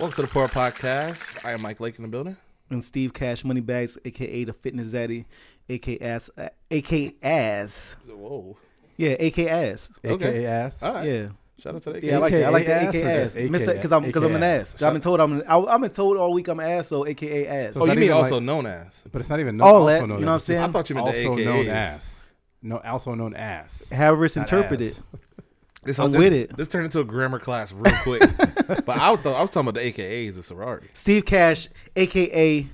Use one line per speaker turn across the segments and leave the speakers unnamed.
Welcome to the Poor Podcast. I am Mike Lake in the building.
and Steve Cash Moneybags, aka the Fitness Zaddy, aka ass, uh, aka ass,
Whoa.
yeah, aka ass,
Okay.
AKA ass.
All right.
yeah.
Shout out to that.
Yeah, I like that. I like that.
AKA
AKA
ass
ass,
or just AKA?
because I'm because I'm an
AKA
ass. I've been told I'm an, I, I've been told all week I'm an ass, so AKA ass.
oh,
It's
you
not
mean
even
also
like-
known as?
But it's not even
All
also
that,
known
you know what
as.
I'm
It's
saying?
I thought you meant the
also
AKAs.
known as. No, also known as.
However, it's
Not
interpreted.
ass.
This,
I'm
this-
with it.
This turned into a grammar class real quick. but I was, I was talking about the AKAs of sorority.
Steve Cash, aka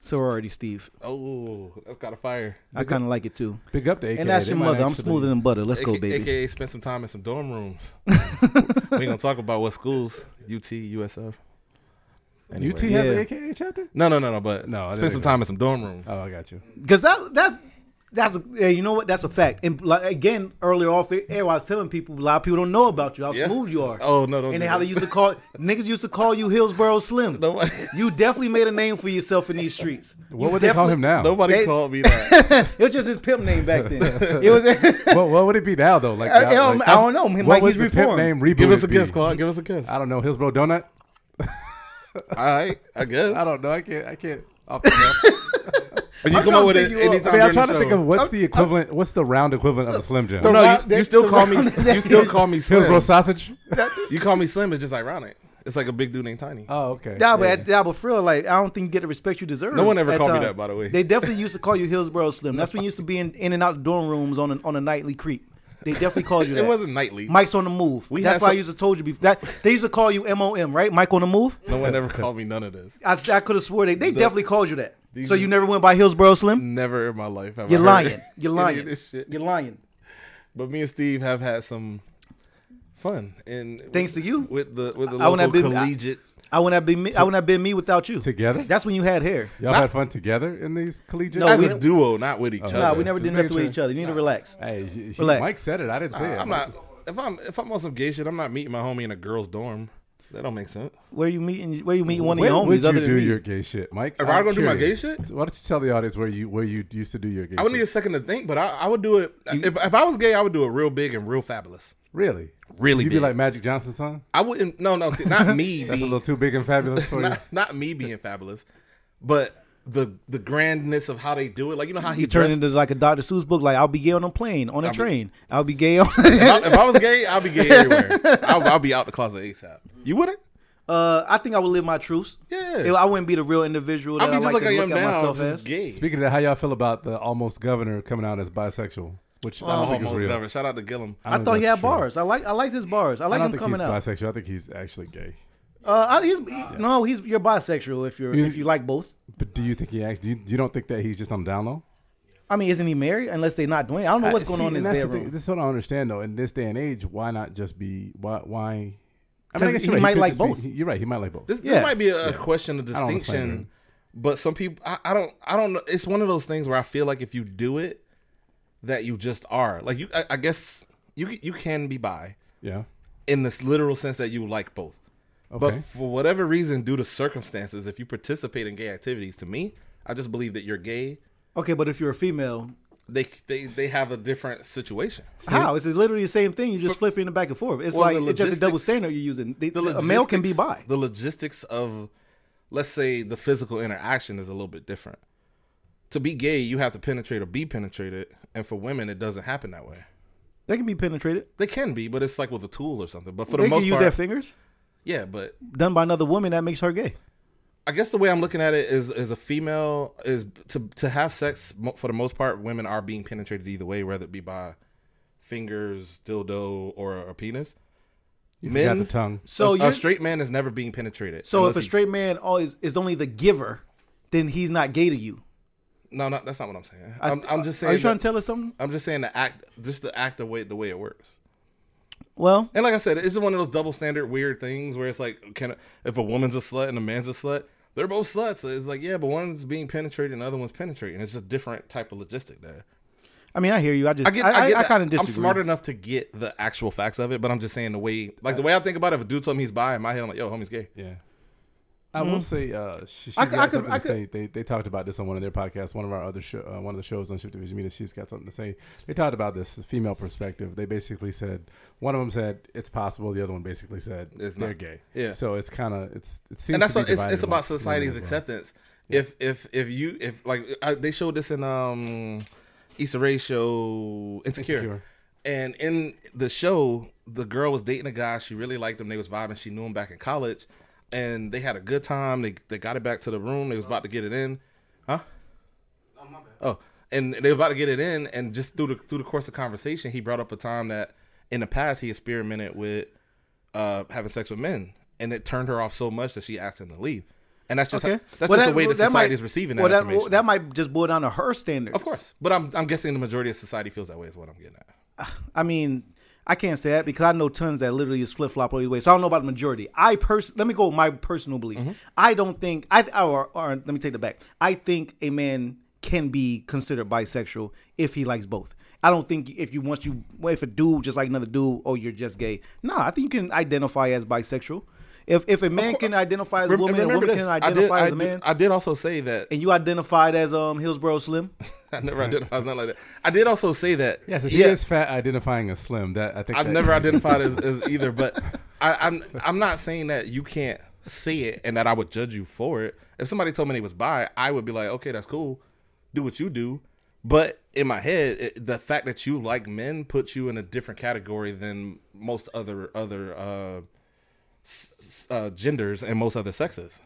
sorority Steve.
Oh, that's got a fire.
I kind of like it too.
Big up to AKA.
and that's
They
your
might
mother. I'm
actually-
smoother than butter. Let's go,
AKA,
baby.
AKA spend some time in some dorm rooms. we ain't gonna talk about what schools. UT, USF. Anyway.
UT has an
Yeah.
AKA chapter?
No, no, no, no. But
No, I
no, spend
didn't
some
know.
time in some dorm rooms.
Oh, I got you.
Because that that's that's a, yeah, you know what that's a fact. And like, again, earlier off air, I was telling people a lot of people don't know about you how
Yeah.
smooth you are.
Oh no, don't.
and
do
how
that.
they used to call niggas used to call you Hillsboro Slim.
Nobody,
You definitely made a name for yourself in these streets.
What
You
would they call
definitely-
him now?
nobody
They-
called me that.
It was just his pimp name back then. It was.
what, what would it be now though? Like,
I-
that-
I don't-
like,
I don't know. He
What
might-
would
he's
the pimp
reformed.
name reboot?
Give us a
be?
guess, Claude. Give us a guess.
I
All
don't know. Hillsboro Donut.
right, I guess.
I don't know. I can't. I can't. off the cuff.
But you
I'm
come
trying
up
to
with it
think you up.
anytime
I mean,
during
I'm trying
the
to think
show.
of what's the equivalent. What's the round equivalent of a Slim Jim?
The-
No,
Wow,
you, you
that's
still
the
call me.
wrong-
You still call me
Hillsboro
Slim.
sausage.
You call me Slim is just ironic. It's like a big dude named Tiny.
Oh, okay.
Nah, but at nah, but for real, like I don't think you get the respect you deserve.
No one ever
at
called me
time.
that, by the way.
They definitely used to call you Hillsboro Slim. That's when you used to be in, in and out the dorm rooms on a, on a nightly creep. They definitely called you that.
it wasn't nightly.
Mike's on the move.
We had
That's why
some-
I used to told you before. That, they used to call you MOM, right? Mike on the move.
No one ever called me none of this.
I, I could have swore they, they definitely called you that.
These-
So you never went by Hillsboro Slim.
Never in my life have
You're
I
lying.
Heard
You're
any of
lying.
this shit.
You're lying.
But me and Steve have had some fun and
Thanks to you.
with the with the
I wouldn't
local
have been- I-
collegiate.
I wouldn't have been me. I wouldn't have been me without you.
Together?
That's when you had hair.
Y'all had fun together in these collegiate.
No,
as
we
a
don't-
duo, not with each other.
Nah,
Okay.
we never
Just
did nothing
making
with
sure.
each other. You need to relax.
Hey, he- he-
Relax.
Mike said it. I didn't say it.
I'm not. If I'm if I'm on some gay shit, I'm not meeting my homie in a girl's dorm. That don't make sense.
Where you meeting? Where you meeting one of
Where
your
would
homies?
you
Other
do
than
your
me?
gay shit, Mike?
If
I'm
I'm gonna do my gay
curious.
shit?
why don't you tell the audience where you where you used to do your gay?
I would need a
shit?
second to think, but I, I would do it. if, if I was gay, I would do it real big and real fabulous.
really,
Really
You'd be
big.
like Magic Johnson's son.
I wouldn't. No, no, see, not me.
That's a
being-
little too big and fabulous for you.
not, not me being fabulous, but the the grandness of how they do it. Like you know how he
You turn
turned
into like a Dr. Seuss book. Like I'll be gay on a plane, on a train. I'll be gay on.
If I, if I was gay, I'd be gay everywhere. I'll, I'll be out the closet ASAP. You wouldn't?
uh, I think I would live my truths.
Yeah.
It- I wouldn't be the real individual that
I'd
i
be just
like,
like, I
to
am
look at
now,
myself as.
just gay.
Speaking of that, how y'all feel about the almost governor coming out as bisexual? Which I
Oh,
don't think is
almost
real.
never. Shout out to Gillum.
I
I
don't
thought
think
he
that's
had
true.
bars. I like I liked his bars. I
I
like
don't
him
think
coming
he's
out.
bisexual. I think he's actually gay.
Uh, I, he's no, he's you're bisexual if you're
You-
if you like both.
But do you think he actually? You, you don't think that he's just on down low?
I mean, isn't he married? Unless they're not doing. It. I don't know what's
I-
going
see,
on in
and
his
that's the thing-
bedroom.
This is what I don't understand though. In this day and age, why not just be why? Why? I
'Cause
guess
he
you're right,
might
could
like
just be-
both.
he- you're right. He might like both.
This, this
Yeah.
might be a question of
don't wanna slander
distinction,
him.
but some people, I, I don't, I don't know. It's one of those things where I feel like if you do it, that you just are. Like you, I, I guess you c- you can be bi
yeah.
in this literal sense that you like both,
Okay.
but for whatever reason, due to circumstances, if you participate in gay activities, to me, I just believe that you're gay.
Okay, but if you're a female,
They they they have a different situation.
how? It's literally the same thing. You're just flipping it back and forth. It's
Well,
like
the
it's just a double
logistics-
standard you're using. They,
The
a male can be
logistics-
bi.
The logistics of, let's say, the physical interaction is a little bit different. To be gay, you have to penetrate or be penetrated, and for women, it doesn't happen that way.
They can be penetrated.
They can be, but it's like with a tool or something. But for
They
the
can
most
use
part,
their fingers.
yeah. But
Done by another woman that makes her gay.
I guess the way I'm looking at it is, is a female is to to have sex mo- for the most part. Women are being penetrated either way, whether it be by fingers, dildo, or a penis.
You
men-
forgot the tongue.
So
a, a
you're
straight man is never being penetrated.
So
unless
if a
he-
straight man always is only the giver, then he's not gay to you.
no, no, that's not what I'm saying. I, am I'm just saying.
Are you
that-
trying to tell us something?
I'm just saying the act, just the act of way the way it works.
Well,
And like I said, it's one of those double standard weird things where it's like, can if a woman's a slut and a man's a slut, they're both sluts. It's like, yeah, but one's being penetrated and the other one's penetrating. It's just different type of logistic there.
I mean, I hear you. I just
I
I
get,
I,
I, get that.
kind of disagree.
I'm smart enough to get the actual facts of it, but I'm just saying the way, like the way I think about it. If a dude told me he's bi in my head, I'm like, yo, homie's gay.
Yeah. I
Mm-hmm.
will say, uh, she, she's
I
I,
could-
got
I could-
something
I
to
could-
say. They, they talked about this on one of their podcasts, one of our other show, uh, one of the shows on Shift Division Media. She's got something to say. They talked about this female perspective. They basically said one of them said it's possible. The other one basically said
It's
they're
not.
gay.
Yeah.
So it's kind of it's it seems
and that's
to be
what it's,
divided
it's about
amongst women
society's
as well.
acceptance. If if if you if like I, they showed this in um Issa Rae show Insecure.
Insecure.
and in the show the girl was dating a guy she really liked him they was vibing she knew him back in college and they had a good time they they got it back to the room they was about to get it in, huh? Oh, and they were about to get it in, and just through the through the course of conversation, he brought up a time that in the past he experimented with uh, having sex with men, and it turned her off so much that she asked him to leave. And that's just
Okay.
that's
Well,
just the way
well,
that society
might-
is receiving that
well, that,
information.
well, that might just boil down to her standards.
of course, but I'm I'm guessing the majority of society feels that way. Is what I'm getting at.
I mean, I can't say that because I know tons that literally is flip flop all the way. So I don't know about the majority. I person, let me go with my personal belief.
Mm-hmm.
I don't think I or, or let me take that back. I think a man can be considered bisexual if he likes both. I don't think if you once you well, if a dude just like another dude, oh you're just gay. Nah, I think you can identify as bisexual. If if a man can identify as a
Rem-
woman, and a
remember
woman
this.
can
I did-
identify
I
as a
did-
man,
I did also say that
and you identified as um Hillsborough Slim.
I never identified as nothing like that. I did also say that
Yes, if he is fat, identifying as slim. That I think
I've
that-
never identified as, as either, but I, I'm I'm not saying that you can't see it and that I would judge you for it. If somebody told me they was bi, I would be like, okay, that's cool, do what you do. But in my head, it, the fact that you like men puts you in a different category than most other other uh, s- s- uh, genders and most other sexes.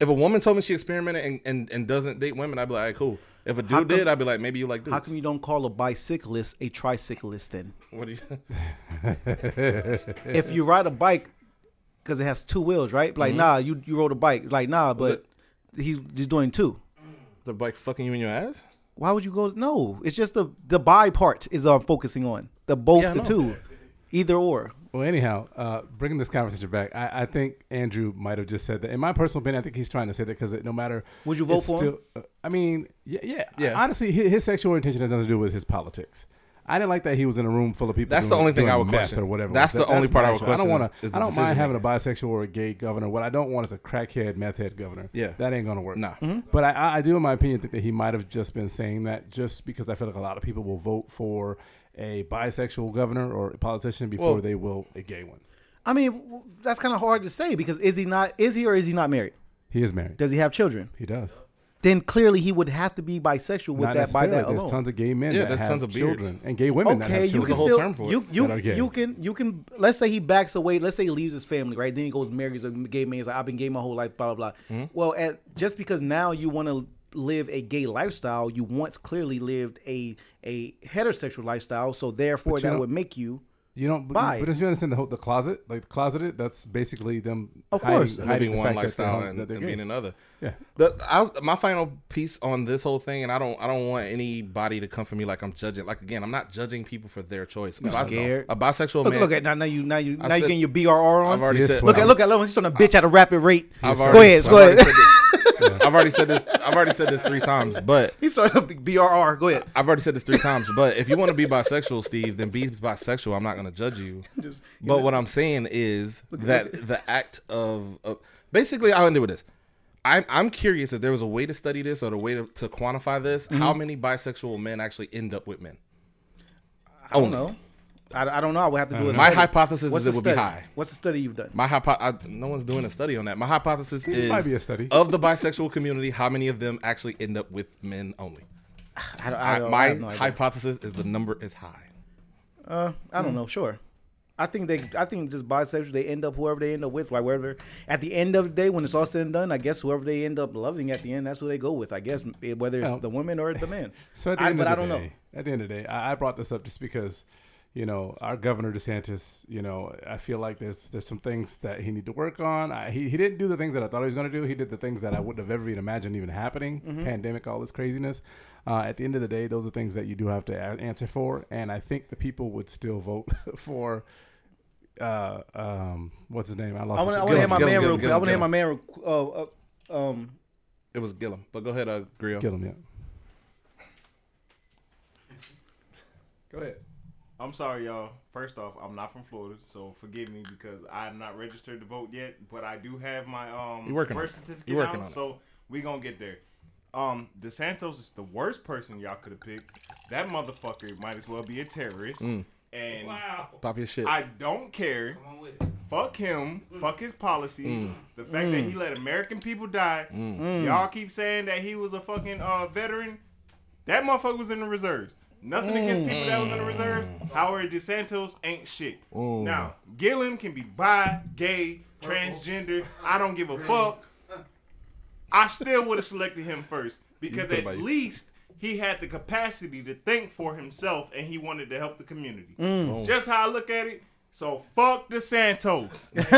If a woman told me she experimented and, and, and doesn't date women, I'd be like, all right, cool. If a dude
come-
did, I'd be like, maybe you like dudes.
How come you don't call a bicyclist a tricyclist then?
what do you?
if you ride a bike because it has two wheels, right? Like, nah, you you rode a bike. Like, nah, but he, he's doing two.
the bike fucking you in your ass?
Why would you go? No, it's just the the bi part is uh, I'm focusing on the both
Yeah, I
the
know.
two, either or.
Well, anyhow, uh, bringing this conversation back, I, I think Andrew might have just said that. In my personal opinion, I think he's trying to say that because no matter
Would you vote
it's
for him?
uh, I mean, yeah, yeah.
Yeah.
Honestly, his, his sexual orientation has nothing to do with his politics. I didn't like that he was in a room full of people.
That's the
doing-
only thing
doing
I would
meth
question.
or whatever.
That's the only part I
my
would
issue.
question
I don't want
is
to.
the
I don't
decision
mind having a bisexual or a gay governor. What I don't want is a crackhead meth head governor.
Yeah.
that ain't gonna work.
Nah.
But I- I, I do, in my opinion, think that he might have just been saying that just because I feel like a lot of people will vote for a bisexual governor or a politician before
Well-
they will a gay one.
I mean, w- that's kind of hard to say because is he not is he or is he not married?
He is married.
Does he have children?
He does.
Then clearly he would have to be bisexual with
Not
that by
necessarily.
that
There's
alone.
tons of gay men
Yeah,
that
there's
have
tons of beards.
children and gay women that
Okay,
have
you
children.
can
There's a whole
still
term for it
you
that are
you
gay.
you can you can let's say he backs away. Let's say he leaves his family, right? Then he goes and marries a gay man. He's like, I've been gay my whole life, blah blah
Mm-hmm.
blah. Well, at, just because now you want to live a gay lifestyle, you once clearly lived a a heterosexual lifestyle, so therefore
But you
that
don't-
would make you.
You don't, but,
Why?
but don't you understand the whole the closet, like the closeted? That's basically them
Of
hiding,
course.
hiding
living
the
one
fact that they're-
lifestyle
that
and,
they're
and
gay.
being another.
Yeah.
The, I was, my final piece on this whole thing, and I don't, I don't want anybody to come for me like I'm judging. Like again, I'm not judging people for their choice. A bi-
scared.
A bisexual
Look,
man.
look at now, now you now you now you
said-
getting your BRR on.
I've already
Yes,
said.
look at
I'm-
look at look, she's on a bitch at a rapid rate.
I've
go
already-
ahead,
I've
go
already
ahead.
said this- I've already said this. I've already said this three times, but
He started a big BRR. Go ahead.
I've already said this three times. But if you want to be bisexual, Steve, then be bisexual. I'm not going to judge you. but what I'm saying is that the act of, of basically, I'll end it with this. I'm, I'm curious if there was a way to study this or the way to, to quantify this.
Mm-hmm.
How many bisexual men actually end up with men?
I don't know. I, I don't know. I would have to do a
My
study.
hypothesis
What's
is
the
it would be
study?
high.
What's the study you've done?
My hypo- I, no one's doing a study on that. My hypothesis is
might be a study.
of the bisexual community. How many of them actually end up with men only?
I don't,
I,
I don't, I
my
have no idea.
hypothesis is the number is high.
Uh, I
hmm.
don't know. Sure. I think they. I think just bisexual. They end up whoever they end up with, like wherever. At the end of the day, when it's all said and done, I guess whoever they end up loving at the end, that's who they go with. I guess eh, whether it's
Well,
the woman or the man.
Oh. So at the
I,
end
but
of
I
the
don't know.
day, at the end of the day, I, I brought this up just because, you know, our governor DeSantis, you know, I feel like there's there's some things that he need to work on. I, he he didn't do the things that I thought he was going to do. He did the things that I wouldn't have ever even imagined even happening.
Mm-hmm.
Pandemic, all this craziness. Uh, at the end of the day, those are things that you do have to a- answer for, and I think the people would still vote for. Uh, um, what's his name? I lost.
I want
it.
Get
to. I want to hear
him,
my
get him,
man
get
real
him,
quick.
get
I
him,
want to hear
get
my
him.
man. real qu- Uh, uh, um,
It was Gillum, but go ahead, uh, Grill.
Kill him, yeah. Go ahead.
I'm sorry, y'all. First off, I'm not from Florida, so forgive me because I'm not registered to vote yet. But I do have my um
You working on
birth
it.
certificate
You working
out,
on it.
so we gonna get there. Um, DeSantos is the worst person y'all could have picked. That motherfucker might as well be a terrorist.
Mm.
And
Pop your shit.
I don't care. Fuck him. Fuck his policies.
Mm.
The fact that he let American people die. Y'all keep saying that he was a fucking uh, veteran. That motherfucker was in the reserves. Nothing against people that was in the reserves. Howard DeSantos ain't shit. Now, Gillen can be bi, gay, transgender. I don't give a fuck. I still would have selected him first because
put it
at
by you.
least he had the capacity to think for himself and he wanted to help the community. Just how I look at it. So fuck the Santos.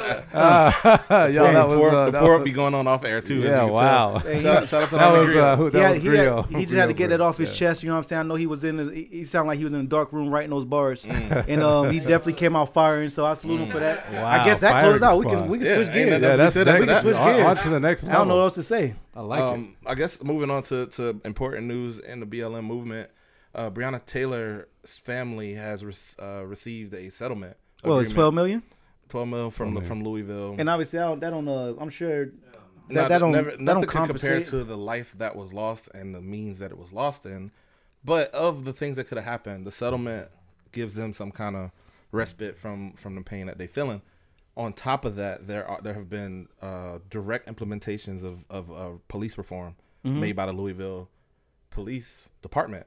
yeah, that was
Pour-
uh,
the
that
pour
was-
be going on off air too. as
Yeah,
you can
wow.
tell. Shout, out- shout out to
That
Homie
was
Grill.
uh, who, that
yeah,
was
he, had-
Grio.
he just had to
Grio's
get that
right.
off his chest. You know what I'm saying? I know he was in. His, he, he sounded like he was in a dark room writing those bars, and um, he definitely came out firing. So I salute him for that. I
Wow,
guess that
firing
closed out. We
squad.
can we can
Yeah,
switch
ain't
gears.
nothing-
Yeah,
That's-
that's
we said that-
next.
we switch
on,
gears.
on to the next.
I don't know
level.
what else to say.
I like it.
um, I guess moving on to, to important news in the BLM movement, uh, Breonna Taylor's family has re- uh, received a settlement.
Well, it's
agreement.
12 million,
12 mil from the, from Louisville.
and obviously I don't, that don't. Uh, I'm sure that,
Now,
that don't
never-
that
nothing
don't
could compare
compensate.
to the life that was lost and the means that it was lost in. But of the things that could have happened, the settlement gives them some kind of respite from from the pain that they feeling. On top of that, there are there have been uh, direct implementations of of uh, police reform
Mm-hmm.
made by the Louisville Police Department.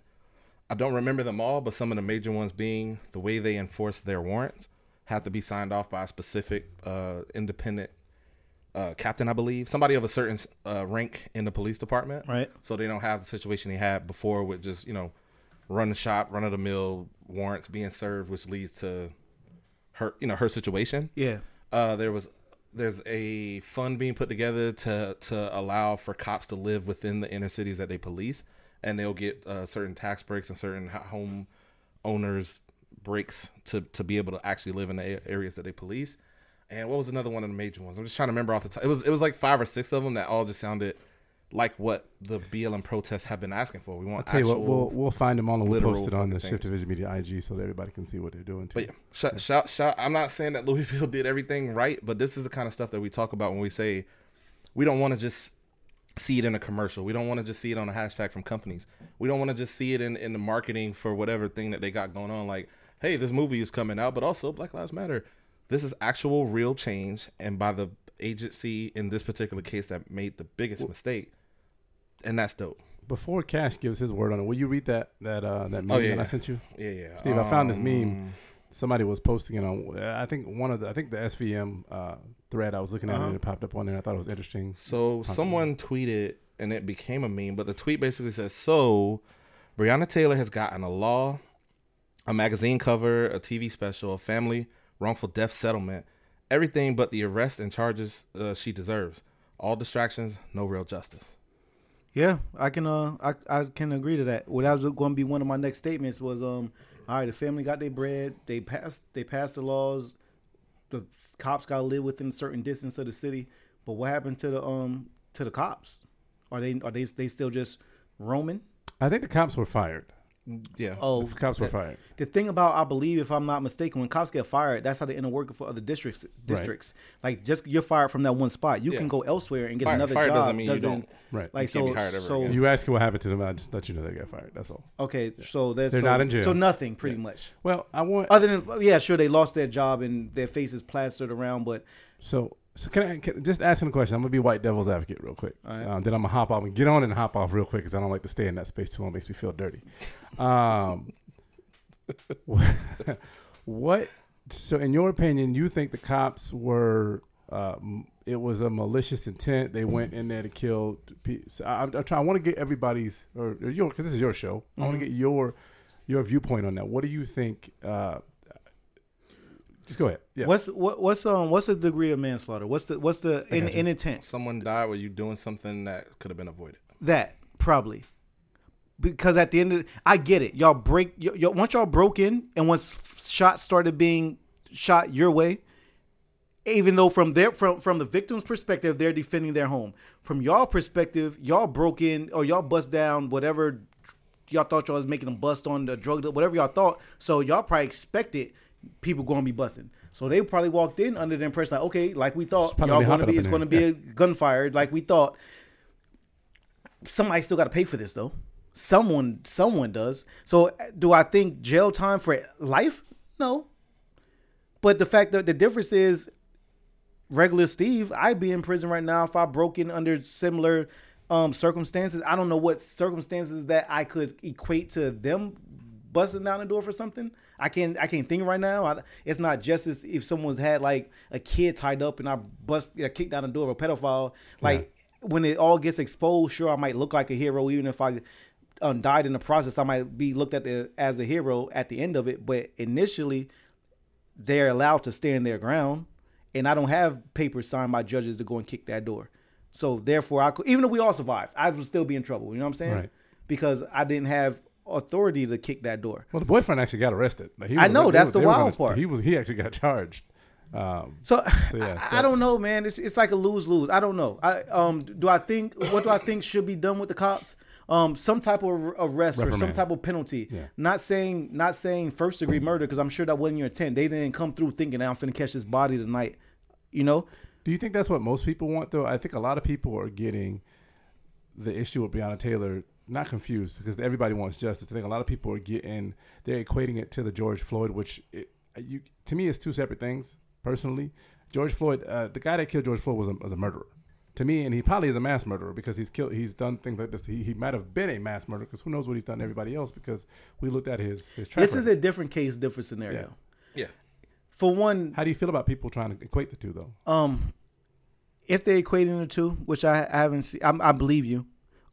I don't remember them all, but some of the major ones being the way they enforce their warrants have to be signed off by a specific uh, independent uh, captain, I believe, somebody of a certain uh, rank in the police department,
Right.
So they don't have the situation they had before with just you know, run the shop, run of the mill warrants being served, which leads to her you know her situation.
yeah,
Uh, there was there's a fund being put together to to allow for cops to live within the inner cities that they police, and they'll get uh, certain tax breaks and certain ho- home owners breaks to to be able to actually live in the a- areas that they police. And what was another one of the major ones? I'm just trying to remember off the top. It was it was like five or six of them that all just sounded like what the BLM protests have been asking for. We want
Tell you
actual.
what, we'll we'll find them all and we'll
literal
post it on the
fucking
Shift Division Media IG so that everybody can see what they're doing. Too.
But yeah, shout, shout, shout. I'm not saying that Louisville did everything right, but this is the kind of stuff that we talk about when we say we don't want to just see it in a commercial. We don't want to just see it on a hashtag from companies. We don't want to just see it in, in the marketing for whatever thing that they got going on. Like, hey, this movie is coming out, but also Black Lives Matter. This is actual real change, and by the agency in this particular case that made the biggest mistake, and that's dope.
Before Cash gives his word on it, will you read that that uh, that meme
yeah,
that
yeah.
I sent you?
Yeah, yeah.
Steve, I found this
Um,
meme. Somebody was posting it on. I think one of the. I think the SVM uh, thread I was looking at
Uh-huh.
and it popped up on there. I thought it was interesting.
So someone tweeted and it became a meme, but the tweet basically says, "So Breonna Taylor has gotten a law, a magazine cover, a TV special, a family wrongful death settlement, everything but the arrest and charges uh, she deserves. All distractions, no real justice."
yeah. I can uh I, I can agree to that. What I was going to be one of my next statements was um all right, the family got their bread. They passed they passed the laws. The cops got to live within a certain distance of the city. But what happened to the um to the cops? Are they are they they still just roaming?
I think the cops were fired.
Yeah.
Oh,
The cops were fired.
The thing about I believe, if I'm not mistaken, when cops get fired, that's how they end up working for other districts. Districts like just you're fired from that one spot. You
Yeah.
can go elsewhere and get
Fire-
another
fire
job.
doesn't mean you don't-
Right.
Like
can't be
so,
hired ever
so
again.
You ask what happened to them. I just let you know they got fired. That's all.
okay, so that's
They're
so,
not in jail.
So nothing, pretty much.
Well, I want.
Other than yeah, sure they lost their job and their faces plastered around, but
So, so can I can, just ask him a question? I'm gonna be white devil's advocate real quick. Um, then I'm gonna hop off and get on and hop off real quick because I don't like to stay in that space too long. It makes me feel dirty. Um, what? So, in your opinion, you think the cops were? Uh, m- it was a malicious intent. They went in there to kill. pe- So I, I'm, I'm trying. I want to get everybody's or, or your because this is your show. I want to get your your viewpoint on that. What do you think? Uh, just go ahead. Yeah.
what's what, what's um what's the degree of manslaughter? What's the what's the in, in intent?
Someone died while you doing something that could have been avoided.
That probably because at the end of I get it. Y'all break y- y- once y'all broke in and once f- shots started being shot your way. Even though from their from from the victim's perspective, they're defending their home. From y'all perspective, y'all broke in or y'all bust down whatever y'all thought y'all was making them bust on the drug, deal, whatever y'all thought. So y'all probably expected people going to be busting. So they probably walked in under the impression like, okay, like we thought,
probably
y'all
been
going to
hopping
be,
up
it's
in
going to be
there.
a gunfire, like we thought. Somebody still got to pay for this though. Someone, someone does. So do I think jail time for life? No. But the fact that the difference is regular Steve, I'd be in prison right now if I broke in under similar um, circumstances. I don't know what circumstances that I could equate to them busting down the door for something. I can't. I can't think right now. I, it's not just as if someone's had like a kid tied up and I bust, you know, kicked down the door of a pedophile. Like when it all gets exposed, sure, I might look like a hero, even if I um, died in the process. I might be looked at the, as a hero at the end of it. But initially, they're allowed to stand their ground, and I don't have papers signed by judges to go and kick that door. So therefore, I could even if we all survived, I would still be in trouble. You know what I'm saying?
Right.
Because I didn't have authority to kick that door.
Well, the boyfriend actually got arrested. Like, he
I know,
they
that's the
they were
wild
gonna-
part.
He was he actually got charged. Um,
So,
yeah,
I, I don't
that's-
know, man. It's it's like a lose lose. I don't know. I um do I think what do I think should be done with the cops? Um, some type of arrest or some
Reprimand.
type of penalty.
Yeah.
Not saying not saying first degree murder because I'm sure that wasn't your intent. They didn't come through thinking I'm finna catch this body tonight. You know,
Do you think that's what most people want, though? I think a lot of people are getting the issue with Breonna Taylor not confused because everybody wants justice. I think a lot of people are getting they're equating it to the George Floyd, which it, you to me is two separate things. Personally, George Floyd, uh, the guy that killed George Floyd was a, was a murderer to me, and he probably is a mass murderer because he's killed. He's done things like this. He, he might have been a mass murderer because who knows what he's done to everybody else? Because we looked at his his track
this is
record.
a different case, different scenario.
Yeah.
Yeah.
For one,
How do you feel about people trying to equate the two though?
um, if they're equating the two, which I, I haven't seen, I, I believe you.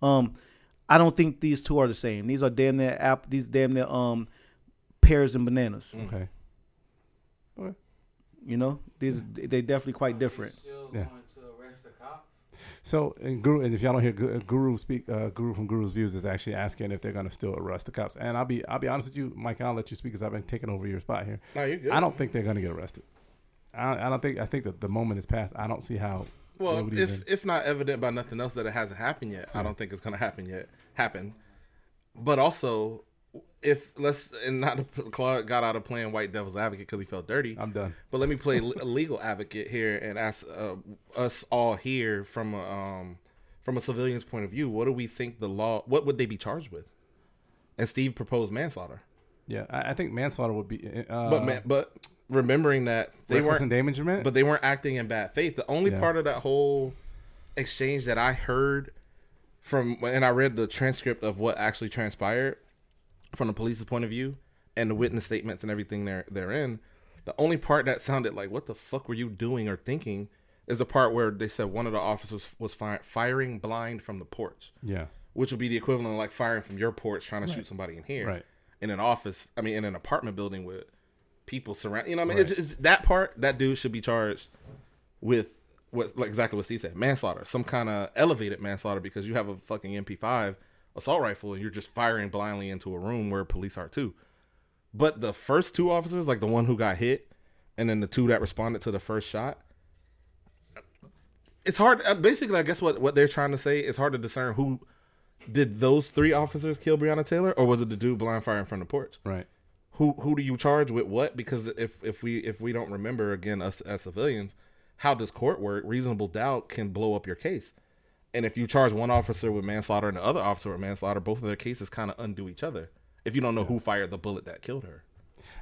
Um, I don't think these two are the same. These are damn near app. These damn near um pears and bananas.
okay,
You know, these they definitely quite different.
Still
Yeah.
going to arrest the cop?
So, and Guru, and if y'all don't hear Gu- Guru speak, uh, Guru from Guru's Views is actually asking if they're going to still arrest the cops. And I'll be, I'll be honest with you, Mike. I'll let you speak because I've been taking over your spot here.
No, you good.
I don't think they're going to get arrested. I, I don't think. I think that the moment is past. I don't see how. it
Well,
would
if
even-
if not evident by nothing else that it hasn't happened yet, I don't think it's gonna happen yet. Happen, but also if let's and not to put- Claude got out of playing white devil's advocate because he felt dirty.
I'm done.
But let me play le- a legal advocate here and ask uh, us all here from a, um from a civilian's point of view, what do we think the law? What would they be charged with? And Steve proposed manslaughter,
yeah, I, I think manslaughter would be. Uh,
but man, but remembering that they
reckless
weren't
endangerment.
but they weren't acting in bad faith. The only
Yeah.
part of that whole exchange that I heard from, and I read the transcript of what actually transpired from the police's point of view and the witness statements and everything there therein. The only part that sounded like "What the fuck were you doing or thinking?" is the part where they said one of the officers was fi- firing blind from the porch,
yeah,
which would be the equivalent of like firing from your porch trying to shoot somebody in here,
Right.
in an office. I mean, in an apartment building with people surround. You know, what I mean, it's, it's that part. That dude should be charged with what, like exactly what Steve said, manslaughter, some kind of elevated manslaughter, because you have a fucking MP5 assault rifle and you're just firing blindly into a room where police are too. But the first two officers, like the one who got hit, and then the two that responded to the first shot. It's hard. uh, Basically, I guess what, what they're trying to say is hard to discern who did those three officers kill Breonna Taylor, or was it the dude blind firing from the porch?
right.
who who do you charge with what? Because if if we if we don't remember again us as civilians, how does court work? Reasonable doubt can blow up your case, and if you charge one officer with manslaughter and the other officer with manslaughter, both of their cases kind of undo each other. If you don't know who fired the bullet that killed her,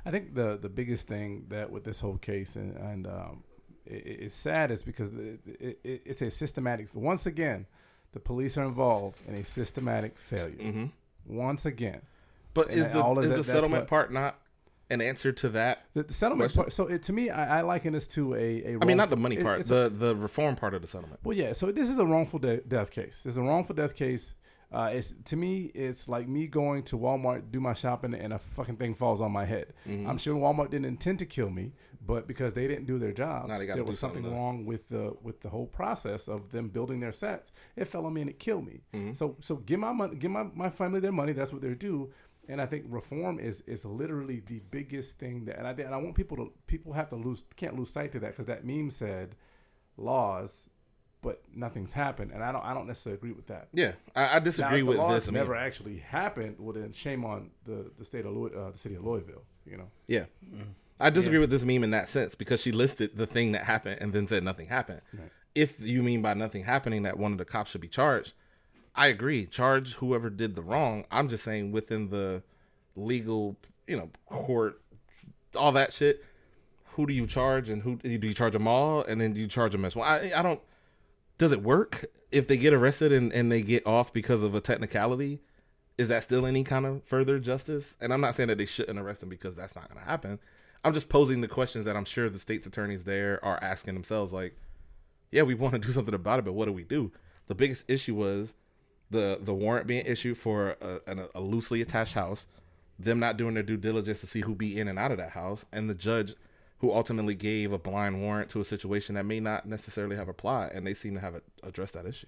I think the the biggest thing that with this whole case and and um, i i- it's sad is because it, it, it- it's a systematic. Once again, the police are involved in a systematic failure.
Mm-hmm.
Once again,
but
And
is the
all of
is
that-
the
that's
settlement
what-
part not an answer to that?
the, the settlement
Question?
part. So it, to me, I, I liken this to a. a
I mean, not the
wrongful-
money
it-
part,
it's
the the reform part of the settlement.
Well, yeah. So this is a wrongful de- death case. This is a wrongful death case. Uh, it's to me, it's like me going to Walmart, do my shopping, and a fucking thing falls on my head.
Mm-hmm.
I'm sure Walmart didn't intend to kill me, but because they didn't do their job,
Now they gotta
there
do
was something
something to-
wrong with the with the whole process of them building their sets. It fell on me and it killed me.
Mm-hmm.
So so give my money, give my, my family their money. That's what they're due. And I think reform is is literally the biggest thing that, and I and I want people to people have to lose can't lose sight to that because that meme said laws but nothing's happened, and I don't I don't necessarily agree with that.
Yeah, I, I
Now,
disagree
if the
with
laws
this. I mean,
never actually happened. Well, then shame on the the state of Louis, uh, the city of Louisville. You know,
Yeah.
Mm-hmm.
I disagree with this meme in that sense because she listed the thing that happened and then said nothing happened. If you mean by nothing happening that one of the cops should be charged, I agree. Charge whoever did the wrong. I'm just saying within the legal, you know, court, all that shit. Who do you charge and who do you charge them all? And then do you charge them as well? I, I don't. Does it work if they get arrested and, and they get off because of a technicality? is that still any kind of further justice? And I'm not saying that they shouldn't arrest him because that's not going to happen. I'm just posing the questions that I'm sure the state's attorneys there are asking themselves like, yeah, we want to do something about it, but what do we do? The biggest issue was the the warrant being issued for a, an, a loosely attached house, them not doing their due diligence to see who be in and out of that house, and the judge who ultimately gave a blind warrant to a situation that may not necessarily have applied, and they seem to have addressed that issue.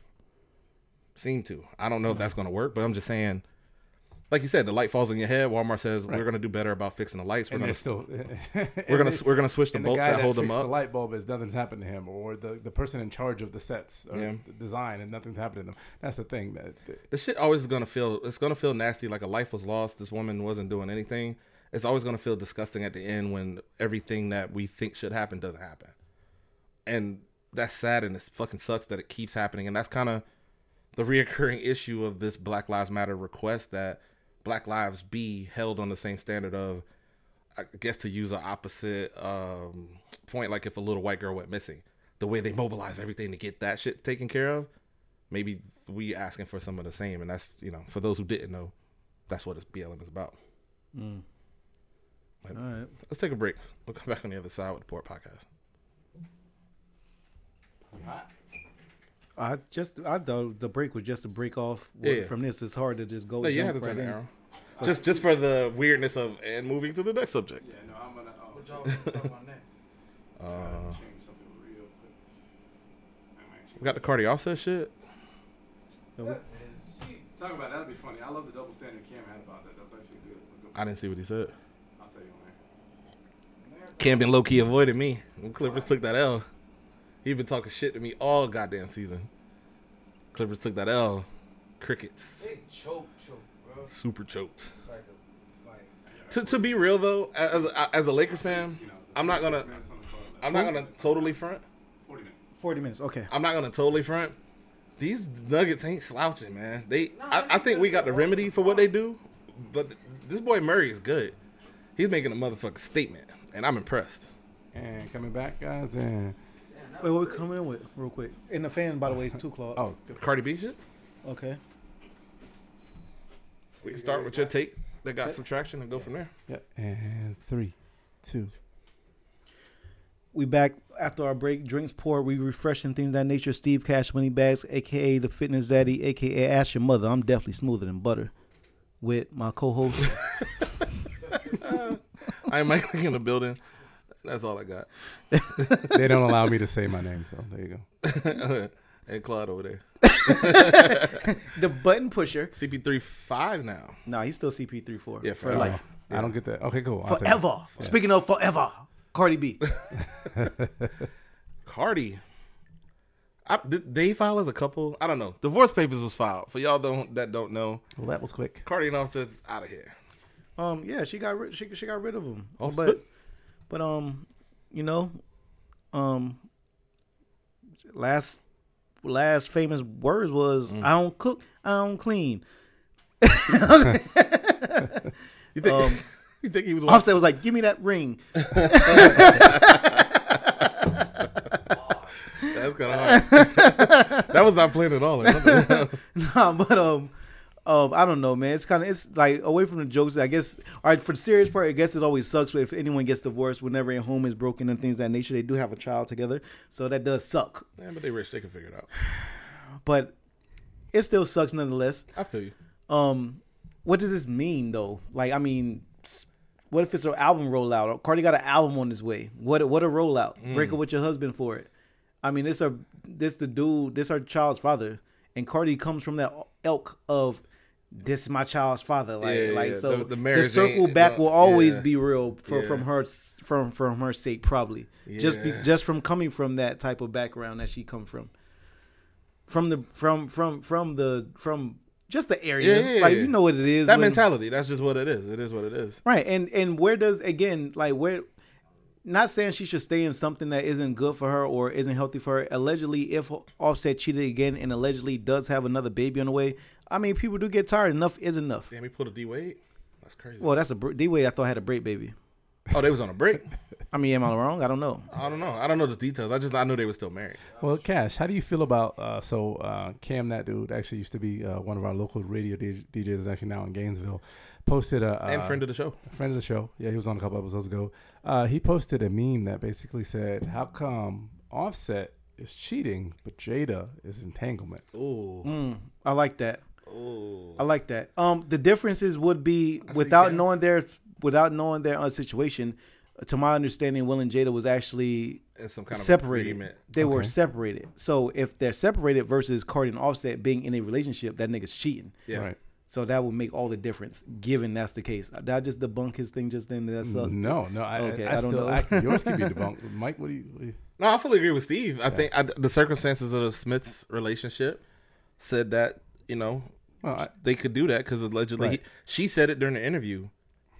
Seem to. I don't know if that's going to work, but I'm just saying like you said, the light falls on your head. Walmart says we're going to do better about fixing the lights. We're
and
going
they're
to
still
we're gonna we're gonna switch the
and the
bolts
guy
that
that
hold them
fixed
up.
the light bulb is nothing's happened to him, or the, the person in charge of the sets or
Yeah.
the design and nothing's happened to them. That's the thing that
this shit always is gonna feel it's gonna feel nasty like a life was lost this woman wasn't doing anything it's always gonna feel disgusting at the end when everything that we think should happen doesn't happen and that's sad and it fucking sucks that it keeps happening and that's kind of the reoccurring issue of this black lives matter request that black lives be held on the same standard of i guess to use an opposite um, point like if a little white girl went missing the way they mobilize everything to get that shit taken care of maybe we asking for some of the same and that's you know for those who didn't know that's what this blm is about But
Mm. All right.
let's take a break we'll come back on the other side with the port podcast
I just I thought the break was just a break off
Yeah.
from this. It's hard to just go.
no, you have to
jump
turn the
right in.
arrow just just for the weirdness of and moving to the next subject
no, I'm gonna
What y'all talking about next?
Uh,
change something real quick.
we got the cardi offset shit
Talk about that'd be funny. I love the double standard Cam had about that. That was actually good.
i didn't see what he said
I'll tell you on
camden low-key avoided me when clippers took that l he been talking shit to me all goddamn season clippers took that l crickets
They choke, choke, bro. It's
super choked
like a, like,
to, to be real though, as as a Laker fan, I'm not gonna I'm not gonna totally front.
Forty minutes.
Forty minutes. Okay.
I'm not gonna totally front. These Nuggets ain't slouching, man. They I, I think we got the remedy for what they do, but this boy Murray is good. He's making a motherfucking statement, and I'm impressed.
And coming back, guys, and
Wait, what we coming in with real quick? In the fan, by the way, too, Claude.
oh, good.
Cardi B shit.
Okay.
We can start with your take. They got some traction and go from there.
Yep. And three, two.
We back after our break. Drinks pour. We refreshing things of that nature. Steve Cash Money Bags, aka the Fitness Daddy, aka Ask Your Mother. I'm definitely smoother than butter. With my co-host.
I'm Mike in the building. That's all I got.
they don't allow me to say my name, so there you go.
and Claude over there.
the button pusher.
CP3 five now. Uh,
Nah, he's still CP3 4
Yeah,
for
forever.
life.
I don't get that. Okay, cool. I'll take it.
Forever. Speaking of forever, Cardi B.
Cardi. I, did they file as a couple? I don't know. Divorce papers was filed. For y'all don't that don't know,
Well, that was quick.
Cardi and Offset's out of here.
um, yeah, she got rid- she she got rid of him.
Oh,
but
shit.
but um, you know, um, last last famous words was
Mm.
I don't cook, I don't clean.
You think?
Um,
you think he was?
Offset was like, "Give me that ring."
That's kind of hard. that was not planned at all. Like, what the-
nah, but um, um, I don't know, man. It's kind of it's like away from the jokes. I guess all right for the serious part. I guess it always sucks if anyone gets divorced whenever a home is broken and things of that nature. They do have a child together, so that does suck.
yeah, but they rich. They can figure it out.
But it still sucks nonetheless.
I feel you.
Um, what does this mean though? Like, I mean, s- what if it's an album rollout? Cardi got an album on his way. What what a rollout?
Mm.
Break up with your husband for it. I mean, this are this the dude. This her child's father, and Cardi comes from that elk of this is my child's father. Like,
Yeah,
like
yeah,
so,
the-
the,
the marriage
circle
ain't-
back
no,
will always
yeah.
be real for,
Yeah.
from her s- from from her sake probably just be,
Yeah.
just from coming from that type of background that she come from. from the from from from the from just the area.
Yeah, yeah,
like
yeah.
you know what it is.
That
when-
mentality. That's just what it is. It is what it is.
Right. And and where does again like where not saying she should stay in something that isn't good for her or isn't healthy for her. Allegedly, if Offset cheated again and allegedly does have another baby on the way, I mean, people do get tired. Enough is enough.
Damn, he pulled a D Wade. That's crazy.
Well, that's a D Wade. I thought had a break baby.
Oh, they was on a break.
I mean, am I wrong? I don't know.
I don't know. I don't know the details. I just I knew they were still married.
Well, Cash, how do you feel about uh, so uh, Cam? That dude actually used to be uh, one of our local radio D- DJs, is actually now in Gainesville. Posted a
And
uh,
friend of the show.
a friend of the show. Yeah, he was on a couple episodes ago. Uh, he posted a meme that basically said, "How come Offset is cheating, but Jada is entanglement?"
Ooh.
I like that.
Ooh.
I like that. Um, the differences would be
see
without
that.
knowing their without knowing their uh, situation. To my understanding, Will and Jada was actually
It's some kind of
separated.
agreement.
They were separated. So if they're separated versus Cardi and Offset being in a relationship, that nigga's cheating.
Yeah.
Right.
So that would make all the difference, given that's the case. Did I just debunk his thing just then? Did that suck?
No, no, I,
Okay,
I,
I don't
still,
know.
I, yours can be debunked. Mike, what do you? What do you
No, I fully agree with Steve. I think I, the circumstances of the Smiths' relationship said that you know
well, I,
they could do that because allegedly
Right.
he, she said it during the interview.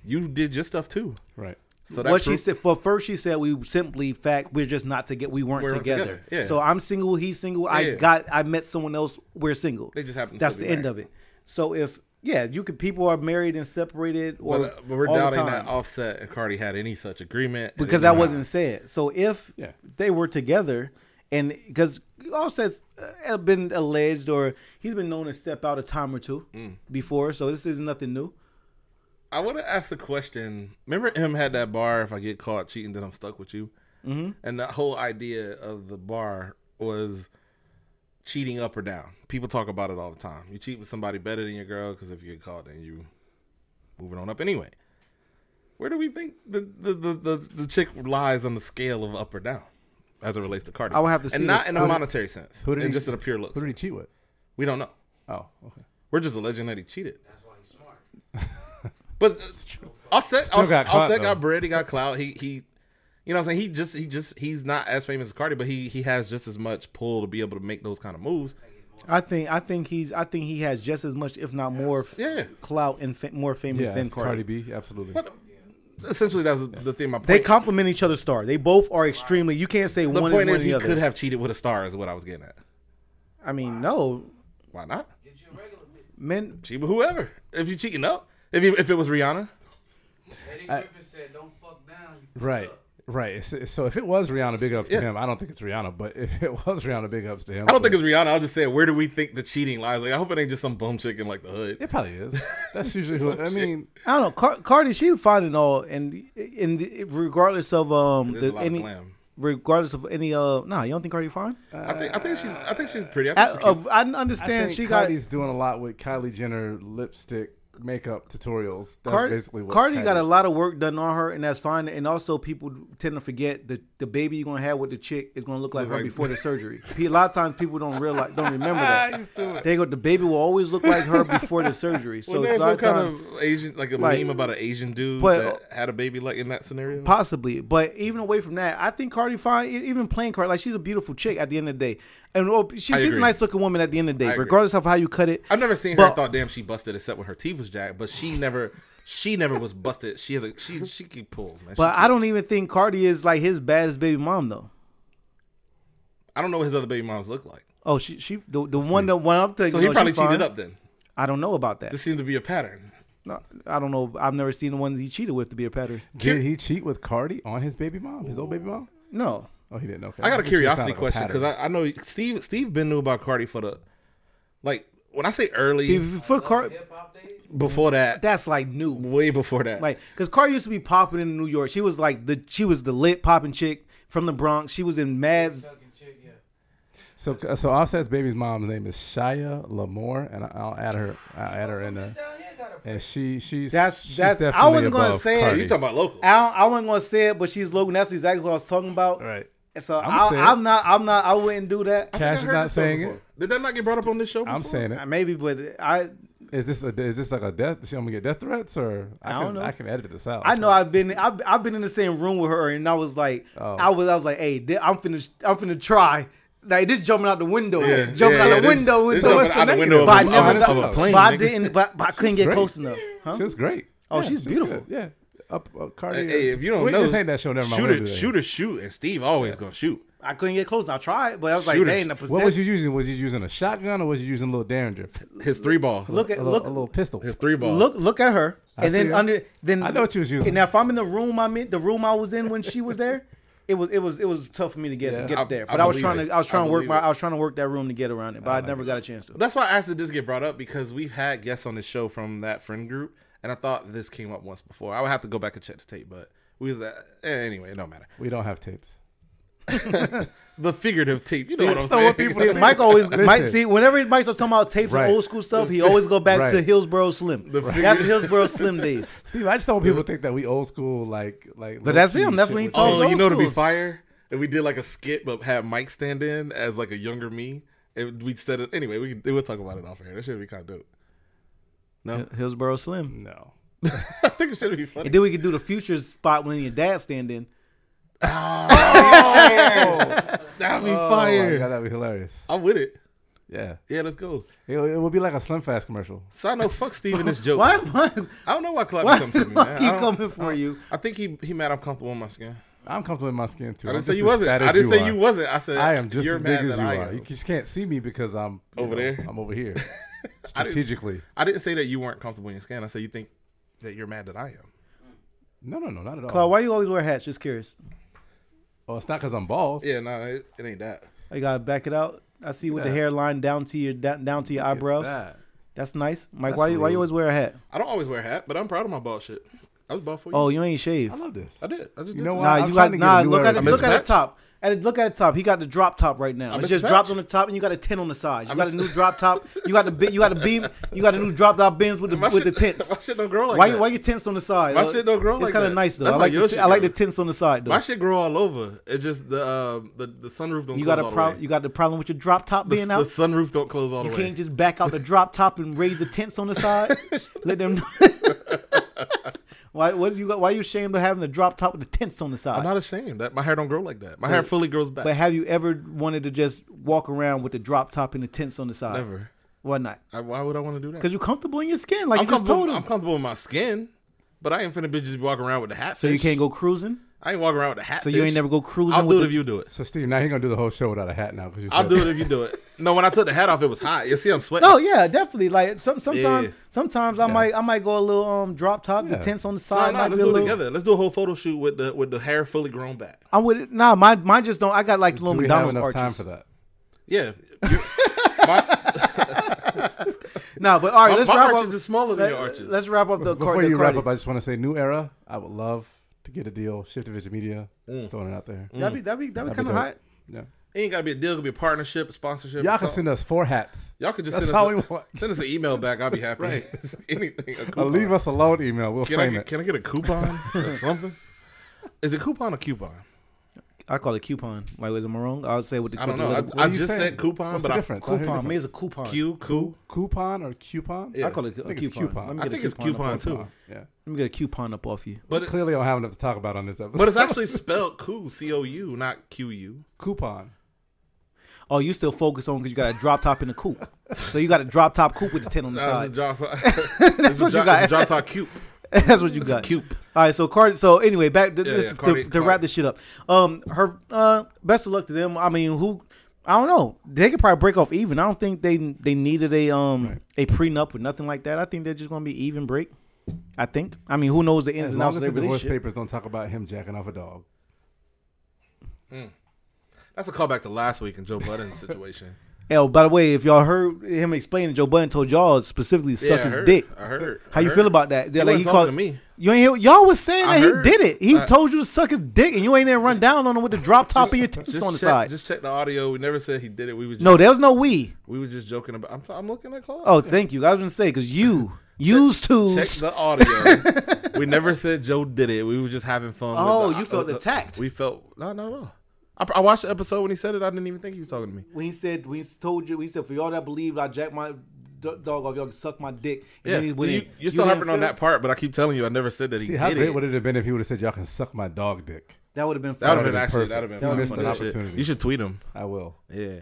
You did your stuff too.
right.
So that
what she
proved-
said. Well, first she said we simply fact we're just not together. We weren't
We weren't
together.
together, yeah.
So I'm single. He's single. I
Yeah.
got. I met someone else. We're single.
They just happen to
That's the
still be
end of
married.
it. So if yeah, you could. People are married and separated. Or
But, uh, but we're
all the
doubting
time.
that Offset and Cardi had any such agreement and
because
then-
that wasn't said. So if
Yeah.
they were together, and because Offset's uh, been alleged or he's been known to step out a time or two
Mm.
before, so this is nothing new.
I want to ask a question. Remember, him had that bar. If I get caught cheating, then I'm stuck with you. Mm-hmm. And the whole idea of the bar was cheating up or down. People talk about it all the time. You cheat with somebody better than your girl because if you get caught, then you moving on up anyway. Where do we think the the, the, the, the chick lies on the scale of up or down as it relates to Cardi?
I would have to
and
see
not
this.
in a monetary sense,
who did
and
he-
just in a pure looks.
Who did he cheat with?
we don't know.
Oh, okay.
We're just alleging that he cheated.
That's why he's smart.
But uh, it's
true.
Offset,
Still
Offset,
got clout,
Offset got
though.
bread. He got clout. He he, you know, what I'm saying he just he just he's not as famous as Cardi, but he he has just as much pull to be able to make those kind of moves.
I think I think he's I think he has just as much, if not more, f-
Yeah.
clout and fa- more famous
Yeah,
than
it's
Cardi.
Cardi B, absolutely.
But essentially, that's the thing. My point.
They complement each other's star. They both are extremely. You can't say
the
one
point
is,
is,
one
he
or the
could
other.
have cheated with a star. Is what I was getting at.
I mean, no,
Why not
Get you a regular bitch.
men.
cheat with whoever? If you're cheating up, if you, if it was Rihanna,
Eddie Griffin said, don't fuck down. You fuck
Right.
up."
Right. So- So if it was Rihanna, big ups
Yeah.
to him. I don't think it's Rihanna, but if it was Rihanna, big ups to him.
I don't think it's Rihanna. I'll just say, where do we think the cheating lies? Like, I hope it ain't just some bum chick in like the hood.
It probably is. That's usually who. I
shit.
mean,
I don't know. Car- Cardi, she would find it all, and and the- regardless of um
There's a
the,
lot
any
of glam.
regardless of any uh nah you don't think Cardi fine
I think I
uh,
think she's I think she's pretty. I
I,
think she's cute.
of, I
I
understand
think
she
Cardi's doing a lot with Kylie Jenner lipstick makeup tutorials.
got
That's
Cardi,
basically what
Cardi got a lot of work done on her and that's fine and also people tend to forget that the baby you're gonna have with the chick is gonna look like her
like-
before the surgery Pe- a lot of times people don't realize don't remember
Ah,
that
he's doing it.
they go the baby will always look like her before the surgery so
So
a
there's
lot
some
of
kind
times
of Asian, like a
like-
meme about an Asian dude
But-
that had a baby, like in that scenario.
Possibly, but even away from that, I think Cardi fine. e- Even playing Cardi, like she's a beautiful chick at the end of the day, and well, she, she's a
agree.
nice looking woman at the end of the
I
day,
agree.
regardless of how you cut it.
I've never seen her
But-
and thought, damn, she busted except when her teeth was jacked, but she never, she never was busted. She has a, she, she can pull. Man. She
But
can-
I don't even think Cardi is like his baddest baby mom though.
I don't know what his other baby moms look like.
Oh, she she the, the one that went up to
So he
no, she
probably cheated
fine.
up then.
I don't know about that.
This seems to be a pattern.
No, I don't know. I've never seen the ones he cheated with to be a pattern.
Did he cheat with Cardi on his baby mom, his old baby mom?
No,
Oh, he didn't. Okay.
I got a
It sounded
curiosity
like a
question because
pattern.
I, I know Steve, Steve Ben knew about Cardi for the, like, when I say early,
before Cardi,
Hip hop days.
before that,
that's like new.
way before that.
Like, cause Cardi used to be popping in New York. She was like the she was the lit popping chick from the Bronx. She was in mad.
Sucking chick, yeah.
so. So Offset's baby's mom's name is Shia Lamore, and I- I'll add her. I'll add her in
Bitch
the.
down here got a
And she, she's
That's-
she's
that's- I
definitely
wasn't gonna
above
say it.
you
Cardi.
talking about local.
I, don't, I wasn't gonna say it, but she's Logan. That's exactly what I was talking about.
right?
And so
I'ma
I'm,
say it.
I'm not. I'm not. I wouldn't do that.
I
Cash is
heard
not
this song
saying
before.
it.
Did that not get brought up on this show?
I'm
before?
saying it.
Maybe, but I.
Is this a, is this like a death? Is she gonna get death threats or I,
I
can,
don't know.
I can edit this out.
I know
So-
I've been. I've,
Oh.
I've been in the same room with her, and I was like, I was. I was like, hey, th- I'm finna. I'm finna try. like this jumping out the window,
Yeah,
jumping
yeah,
out
yeah,
the
this-
window, and
this
so
jumping
what's the
out the
negative?
window of
But I
a-
never
of a
got,
plane,
but I
nigga.
didn't, but, but I couldn't get
great.
close enough. Huh?
She was great.
Oh, she's beautiful.
good. Yeah. Up, up
Hey,
Cardi.
hey, if you don't
Wait,
know,
this ain't that show. Never mind.
Shoot
Whatever
it,
that is.
shoot or shoot, and Steve always gonna shoot.
I couldn't get close. I tried, but I was like,
Shooters.
they ain't the
What was
possession.
you using? Was you using a shotgun or was you using a little derringer?
His three ball,
Look at
A little, a
look
little pistol.
his three ball.
look look at her, and
see
then
her.
under then
I know what you was using.
And now if I'm in the room I'm in, the room I was in when she was there, it was it was it was tough for me to get
Yeah.
get
I-
there.
I
But I, was
believe
trying
it.
to I was trying
I
to work my
believe it.
I was trying to work that room to get around it, but I, never got a chance to.
That's why I asked that this get brought up because we've had guests on this show from that friend group, and I thought this came up once before. I would have to go back and check the tape, but we was uh, eh, anyway. It don't matter.
We don't have tapes.
The figurative tape. You know what I'm
it's not
saying?
what people
See,
think.
Mike always Mike
Listen.
see whenever Mike starts talking about tapes
Right.
and old school stuff, he always go back to
Right.
Hillsboro Slim.
The
That's the
figure-
Hillsboro Slim days.
Steve, I just don't want people to think that we old school like like.
But that's
low-key
him. That's
shit
what he
with-
told-
Oh,
Old
you know to be
school.
fire. If we did like a skit, but had Mike stand in as like a younger me, and we said it anyway. We could- we'll talk about it off air. That should be kind of dope. No,
Hillsboro Slim.
No.
I think it should be funny.
And then we could do the future spot when your dad stand in.
That'd be
Oh my
fire.
god, that'd be hilarious.
I'm with it.
Yeah,
Yeah, let's go.
it, it would be like a Slim Fast commercial.
So I know fuck Steven this joke.
Why why
I don't know why Clock
why
comes to me, man.
he
I don't-
coming for you?
I think he he mad I'm comfortable in my skin.
I'm comfortable in my skin too.
I
I'm
didn't say
just
you
as
wasn't.
fat
I
as
didn't say
are.
you wasn't. I said
I am just
you're
as
mad
big as
that
you
I
are.
am.
You just can't see me because I'm you
Over
know,
there?
I'm over here. Strategically,
I didn't say that you weren't comfortable in your skin. I said you think that you're mad that I am.
no, no, no, not at all.
Claude, why you always wear hats? Just curious.
Oh, it's not because I'm bald.
Yeah, no, it, it ain't that.
I gotta back it out. I see with the
Yeah.
hairline down to your down, down to your eyebrows.
That.
That's nice, Mike.
That's
why you why
rude.
you always wear a hat?
I don't always wear a hat, but I'm proud of my bald shit. I was bald for you.
Oh, you ain't shaved.
I love this.
I did. I just
You
did
know
today.
what?
Nah,
I'm
you
trying
got
to get
nah.
a new
Look at
era.
it.
I'm
Look at
mismatched.
the top. At it, look at the top. He got the drop top right now.
I'm
It's just
mismatched.
dropped on the top, and you got a tent on the side. You got a new drop top. You got the bi- you got a beam. You got a new drop top bins with the
My
with the
shit-
tents.
My shit don't grow like
why
that.
you why your tents on the side?
My
though?
shit don't grow
It's
like
kinda
that.
nice though.
That's
I
how
like
your
the,
shit
I like the
grow.
tents on the side though.
my shit grow all over. It just the uh, the the sunroof don't.
you
close
got a
all the
problem.
way.
You got the problem with your drop top
The,
being
the
out.
sunroof don't close all
You
the way.
can't just back out the drop top and raise the tents on the side. Let them. why? What you got? Why you ashamed of having the drop top with the tents on the side?
I'm not ashamed that my hair don't grow like that. My hair fully grows back.
but have you ever wanted to just walk around with the drop top and the tents on the side?
Never.
Why not?
I, why would I want to do that?
Because you're comfortable in your skin, like
I'm
you just
comfortable.
told him.
I'm comfortable with my skin, but I ain't finna be just walking around with the hat.
so you
fish.
can't go cruising.
I ain't walking around with a hat.
So you ain't
fish.
never go cruising
I'll
with
do it
the-
if you do it.
So Steve, now you're gonna do the whole show without a hat now because you.
I'll
said-
do it if you do it. No, when I took the hat off, it was hot. You see, I'm sweating.
Oh yeah, definitely. Like some, sometimes,
Yeah.
sometimes I might, I might go a little um drop top, the
Yeah.
tents on the
no,
side.
no, let's
might be a
do it
little-
together. Let's do a whole photo shoot with the with the hair fully grown back.
I would nah, mine, mine just don't. I got like
Do
little
we have
McDonald's arches.
enough time for that?
Yeah. You- my
Nah, but all right,
my,
let's
my
wrap
arches
up.
is smaller than your arches.
Let's wrap up the
Before
card.
you wrap up, I just want to say, new era. I would love to get a deal. Shift Division Media,
Mm.
just throwing it out there.
that'd be that'd be that'd be
That'd
kind
be
of
dope.
hot.
Yeah.
it ain't gotta be a deal. It could be a partnership, a sponsorship.
Y'all
or
can
something.
send us four hats.
Y'all could just
That's
send
all
us,
we
a-
want.
send us an email back. I'll be happy. Anything. A
A
coupon.
Uh, leave us alone email. We'll
Can I
frame
get,
it.
can I get a coupon or something? Is it coupon or coupon?
I call it coupon. Like, was am I wrong? I would say with the,
I
with
don't
the
know.
little
I, I
are you
just
saying?
said coupon,
What's
but
the
I
difference? I hear
coupon.
different.
Maybe it's a coupon.
Q coup.
coupon or coupon?
Yeah.
I call it a,
I think it's
coupon.
coupon.
Let me
I
get
think
a
it's coupon, too.
Yeah.
Let me get a coupon up off you.
But it-
Clearly, I don't have enough to talk about on this episode.
But it's actually spelled coup, C O U, not Q U.
coupon.
Oh, you still focus on because you got a drop top in the coupe. so you got a drop top coupe with the tent on the
Nah, it's
side.
a drop. That's
what you got.
Drop top cube.
That's what you got.
coupe.
All right, so Cardi. So anyway, back to,
Yeah,
this,
yeah,
to-
Cardi-
to,
Cardi.
wrap this shit up. Um, her uh, best of luck to them. I mean, who? I don't know. They could probably break off even. I don't think they they needed a um a prenup or nothing like that. I think they're just gonna be even break. I think. I mean, who knows the ins
As
and
long
outs
as
of
the
their
divorce
relationship?
papers don't talk about him jacking off a dog.
That's a callback to last week and Joe Budden's situation.
Oh, by the way, if y'all heard him explaining, Joe Budden told y'all specifically to suck
I
his
heard,
dick.
I heard.
How
I
you
heard.
feel about that? They're
He
like, he
wasn't talking
called
to me.
You ain't hear, y'all was saying
I
that
heard.
he did it. He
I-
told you to suck his dick, and you ain't even run down on him with the drop top and your tits
Just
on the
check,
side.
Just check the audio. We never said he did it. We was just,
no, there was no we.
We were just joking about. I'm, t- I'm looking at Claude.
Oh, thank you. I was gonna say because you used to.
Check the audio. we never said Joe did it. We were just having fun. with
Oh,
the-
you felt
uh, uh,
attacked.
We felt no, no, no. I, I watched the episode when he said it. I didn't even think he was talking to me.
When he said, when he told you, when he said, for y'all that believed I jacked my d- dog off, y'all can suck my dick. And
Yeah,
then he
you,
went in.
you, are still
didn't
harping on
feel
that
it?
part, but I keep telling you, I never said that he
See, how
did
great
it.
would it have been if he would have said, "Y'all can suck my dog dick."
That would have been fun.
That would have been
That'd be
actually
perfect.
that would have
You
been
missed
funny
an
as shit.
opportunity.
You should tweet him.
I will.
Yeah,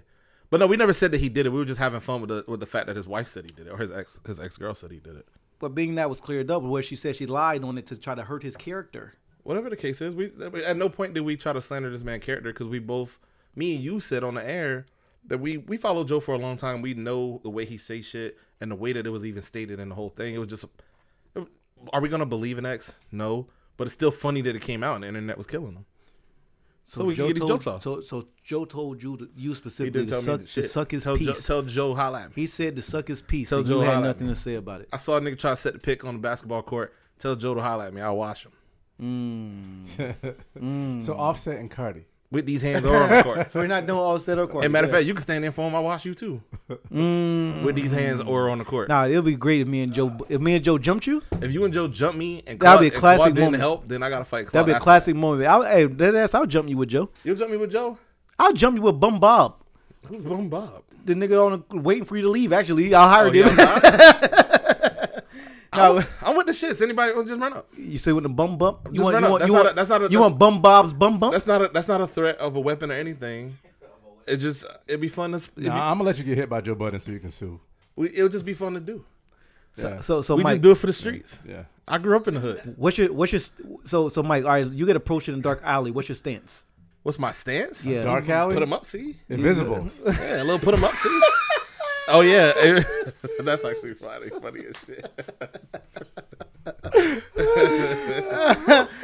but no, we never said that he did it. We were just having fun with the with the fact that his wife said he did it, or his ex his ex girl said he did it.
But being that was cleared up, where she said she lied on it to try to hurt his character.
Whatever the case is, we at no point did we try to slander this man's character because we both, me and you, said on the air that we we followed Joe for a long time. We know the way he say shit and the way that it was even stated in the whole thing. It was just, are we gonna believe an ex? No, but it's still funny that it came out and the internet was killing him.
So,
we can
Joe
get these
told,
jokes off.
So, so Joe told you to, you
He didn't
specifically to
tell
suck,
me
to
shit.
suck his
tell
piece.
Joe, tell Joe holla at me.
he said to suck his piece,
Tell
and
Joe
you had
holla at
nothing
me.
to say about it.
I saw a nigga try to set the pick on the basketball court. Tell Joe to holla at me. I'll wash him.
So Offset and Cardi.
With these hands are on the court.
So we're not doing all set or court.
And matter of fact, you can stand there for him. I wash you too.
Mm.
With these hands or on the court.
nah, it'll be great if me and Joe if me and Joe jumped you.
If you and Joe jump me and
That'd
Claude,
be a
and Claude
classic
didn't
moment.
help, then I gotta fight Claude.
That'd be a
after.
classic moment. I, hey, that ass, I'll jump you with Joe.
You jump me with Joe?
I'll jump you with Bum Bob.
Who's Bum Bob?
The nigga on the, waiting for you to leave. Actually, I hired
Oh, yeah,
him.
I'm sorry.
Nah,
I'm with the shits. Anybody oh, just run up.
you say with the bum bump. You
Just
want
run
you
up.
want
That's
you
not
want
a- that's not a-
you
that's-
want Bum Bob's bum bump.
That's not a that's not a threat of a weapon or anything. It just it'd be fun to sp- if
Nah,
you-
I'm gonna let you get hit by Joe Budden so you can sue.
we, it would just be fun to do.
So
yeah.
so, so
we
Mike,
just do it for the streets.
Yeah.
I grew up in the hood.
what's your what's your st- so so Mike? All right, you get approached in a dark alley. What's your stance?
What's my stance?
Yeah.
Dark Alley.
Put him up, see?
Invisible.
Yeah, a little put him up, see? oh yeah, that's actually funny, funny as shit.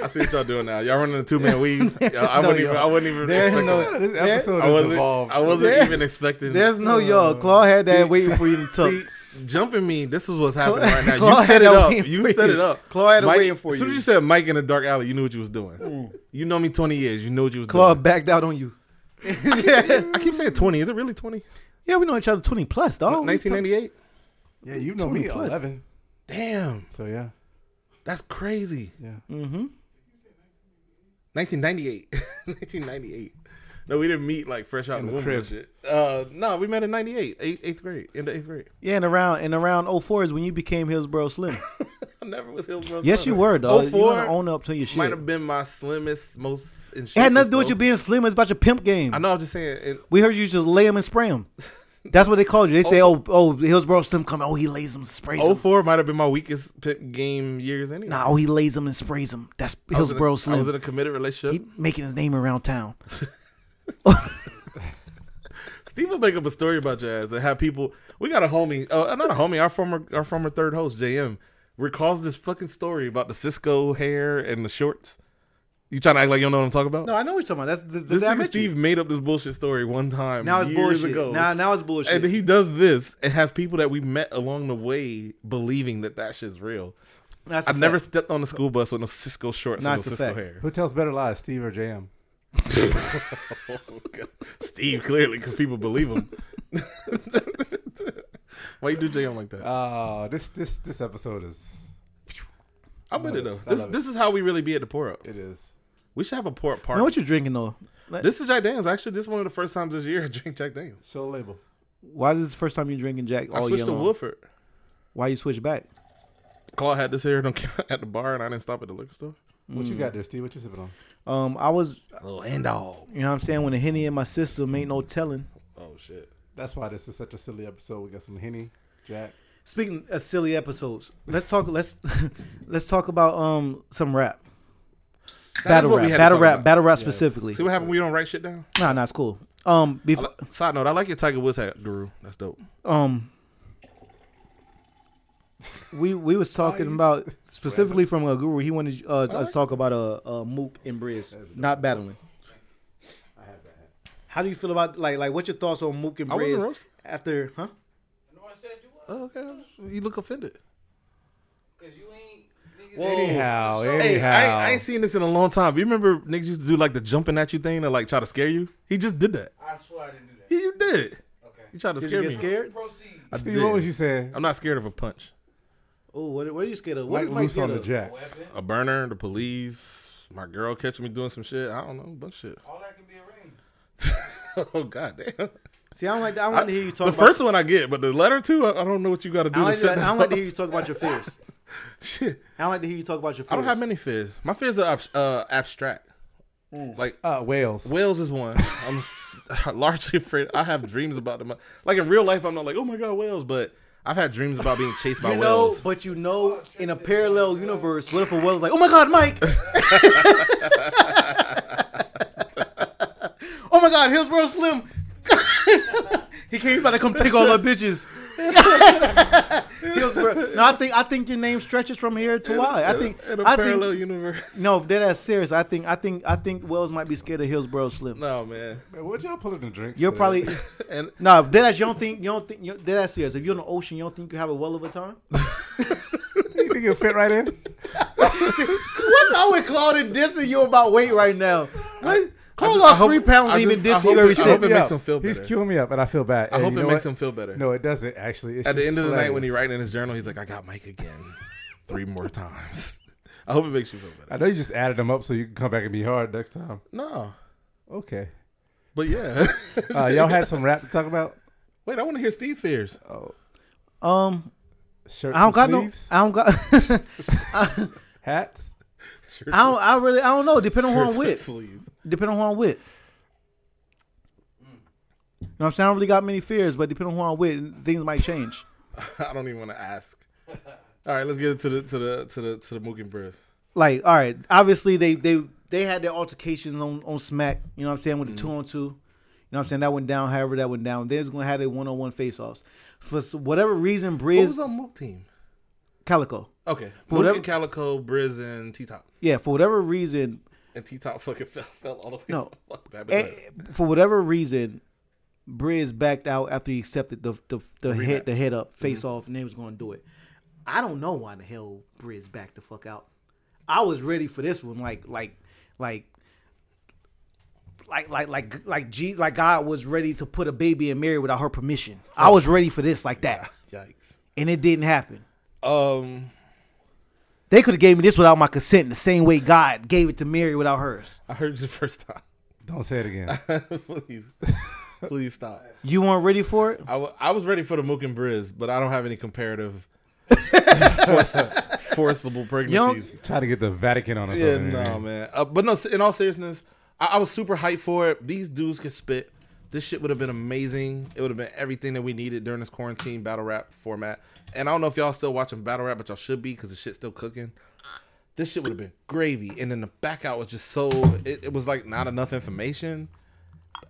I see what y'all doing now. Y'all running a two man weave. Y'all- I
no
wouldn't even.
y'all.
I wouldn't even.
There's
Expect
no-
that.
this episode
I
has
wasn't.
evolved.
I wasn't
There-
even expecting.
There's no y'all. Claw had that waiting for you to tuck.
See, jumping me. This is what's happening right now.
Claude
you set
had
it
that
up.
waiting
You
for
set
you.
it up.
Claude had it
Mike-
waiting for
As soon as
you.
you said Mike in the dark alley, you knew what you was doing. You know me twenty years. You know what you was
Claw
doing.
backed out on you.
I keep saying twenty. Is it really twenty?
Yeah, we know each other twenty plus, dog.
Nineteen ninety eight.
Yeah, you know me.
20 plus.
Eleven.
Damn.
So yeah.
That's crazy.
Yeah.
1998. 1998. No, we didn't meet like fresh out
In
the
the
womb and
crib.
shit. Uh, no, we met in 98, eighth, eighth grade, in the eighth grade.
Yeah, and around and around 04 is when you became Hillsboro Slim.
I never was Hillsboro.
yes,
Slim.
you were, dog. You
04
want to own up to your shit.
might have been my slimmest, most. in
It had
shapiest,
nothing to do with
though.
you being slim. It's about your pimp game.
I know. I'm just saying. It,
We heard you just lay him and spray him. That's what they called you. They say, "Oh, oh, Hillsboro Slim coming. Oh, he lays him, sprays him.
04 might have been my weakest pit game years anyway.
Nah, oh, he lays him and sprays him. That's
I was in a-
Hillsboro
I was in
Slim.
a committed relationship.
He making his name around town.
Steve will make up a story about your ass that have people. We got a homie, uh, not a homie, our former, our former third host JM recalls this fucking story about the Cisco hair and the shorts. You trying to act like you don't know what I'm talking about?
No, I know what you're talking about. That's the, the
this nigga Steve made up this bullshit story one time.
Now it's
years
bullshit.
Ago.
Now, now it's bullshit.
and he does this and has people that we met along the way believing that that shit's real.
That's a
I've never
fact.
stepped on a school bus with no Cisco shorts
Nah,
and no
it's a
Cisco
fact.
hair.
Who tells better lies, Steve or JM?
Steve clearly because people believe him. Why you do JM like that?
Uh this this this episode is
I'm with it though.
I
This,
love it.
this is how we really be at the pour up.
it is.
We should have a pour up party.
Man, what you drinking though? Like,
this is Jack Daniels. Actually, this is one of the first times this year I drink Jack Daniels.
Show label.
why is this the first time you drinking Jack
I
all year
switched to
long?
Woodford.
Why you switch back?
Claude had this here at the bar, and I didn't stop at the liquor store.
What
Mm.
you got there, Steve? What you sipping on?
Um, I was,
Little hand dog.
you know, what I'm saying when the henny in my system ain't no telling.
Oh shit.
That's why this is such a silly episode. We got some henny, Jack.
Speaking of silly episodes, let's talk. Let's let's talk about um some rap, battle
what we
rap,
had to
battle
talk
rap,
about.
battle rap
Yes.
specifically.
See what happened? when You don't write shit down.
Nah, nah, it's cool. Um,
I
before,
li- Side note: I like your Tiger Woods hat, Guru. That's dope.
um, we we was talking about specifically from a guru. He wanted uh, us to talk about a uh, Mook and Briz not battling. How do you feel about like like what's your thoughts on Mook and
I wasn't
Briz
roasted.
after? Huh?
No one said you was.
Oh, okay, I'm just- you look offended.
Cause you ain't niggas.
Whoa.
ain't-
Anyhow,
Hey, I ain't-
Oh, Hey,
anyhow.
I, ain't- I ain't seen this in a long time. You remember niggas used to do like the jumping at you thing to like try to scare you? He just did that.
I swear I didn't do that.
Yeah, you did. You
Okay.
tried to
Did
scare
you get
me.
scared?
Proceed.
I
Steve,
did.
what was you saying?
I'm not scared of a punch.
Oh, what, what are you scared of? What is
Mike
Mike
loose
scared
on the
of?
Jack.
Weapon.
A burner, the police, my girl catching me doing some shit. I don't know, bunch of shit.
All that can be arranged.
oh god damn.
See, I don't like I don't
I-
like to hear you
the
talk. about,
first one I get, but the letter two, I, I don't know what you got to do.
I don't,
to
like to,
set
I
that
don't like to
up.
hear you talk about your fears.
Shit,
I don't like to hear you talk about your fears.
I don't have many fears. My fears are abs- uh, abstract. Like
Uh, Wales.
Wales is one. I'm s- largely afraid. I have dreams about them. Like in real life, I'm not like, oh my god, whales. But I've had dreams about being chased by
You know,
whales.
but you know, in a parallel universe, what if a whale's like, "Oh my God, Mike! oh my God, Hillsborough Slim! he came about to come take all our bitches." Hillsborough. No, I think I think your name stretches from here to why. I think
in a
I
parallel
think
universe.
no, if that's serious, I think I think I think Wells might be scared of Hillsborough Slim.
No man.
Man, what y'all pulling the drinks?
You're
today?
probably
And
no. Dead ass, you don't think you don't think you dead ass serious. If you're in the ocean, you don't think you have a well of a time.
you think you'll fit right in?
What's up with Claude and dissing you about weight right now? What? Claude lost
hope-
three pounds
I
and even
just- I
dissing you
hope
every
it- I hope it
since.
makes
Yeah,
him feel better.
He's killing me up, and I feel bad.
I hope it makes him feel better.
No, it doesn't actually. It's
At the
just
end of the night, when he
hilarious.
writing in his journal, he's like, I got Mike again, three more times. I hope it makes you feel
I
better.
know you just added them up so you can come back and be hard next time.
No,
Okay.
but yeah.
Uh, y'all had some rap to talk about?
Wait, I want to hear Steve fears.
Oh, Um,
Shirts,
I don't got
and
no.
sleeves,
I don't got.
hats.
I don't. I really. I don't know. Depending on who I'm with.
Sleeves.
Depending on who I'm with. You know what I'm saying? I don't really got many fears, but depending on who I'm with, things might change.
I don't even want to ask. All right, let's get into the to the to the to the Mook and Breath.
Like, all right, obviously they they they had their altercations on on Smack. You know what I'm saying with the two on two. You know what I'm saying that went down. However, that went down. They was gonna have their one on one face offs for s- whatever reason.
Who
Briz
was on Mook team?
Calico.
Okay, Mook
Whatever-
and Calico, Briz and T Top,
Yeah, for whatever reason,
and T Top fucking fell, fell all the way.
No.
up. Bad,
eh,
but
for whatever reason, Briz backed out after he accepted the the, the head the head
Mm-hmm.
up face off, and they was going to do it. I don't know why the hell Briz backed the fuck out. I was ready for this one, like like like. Like like like like G like God was ready to put a baby in Mary without her permission. I
Oh.
was ready for this like that,
Yikes.
and it didn't happen.
Um,
They could have gave me this without my consent, the same way God gave it to Mary without hers.
I heard you the first time.
Don't say it again.
please, please stop.
You weren't ready for it.
I wa- I was ready for the Mook and Briz, but I don't have any comparative forci- forcible pregnancies.
Try to get the Vatican on us.
Yeah,
over here.
no, man. Uh, but no, in all seriousness, I, I was super hyped for it. These dudes could spit. This shit would have been amazing. It would have been everything that we needed during this quarantine battle rap format. And I don't know if y'all still watching battle rap, but y'all should be because the shit's still cooking. This shit would have been gravy. And then the back out was just so, it, it was like not enough information.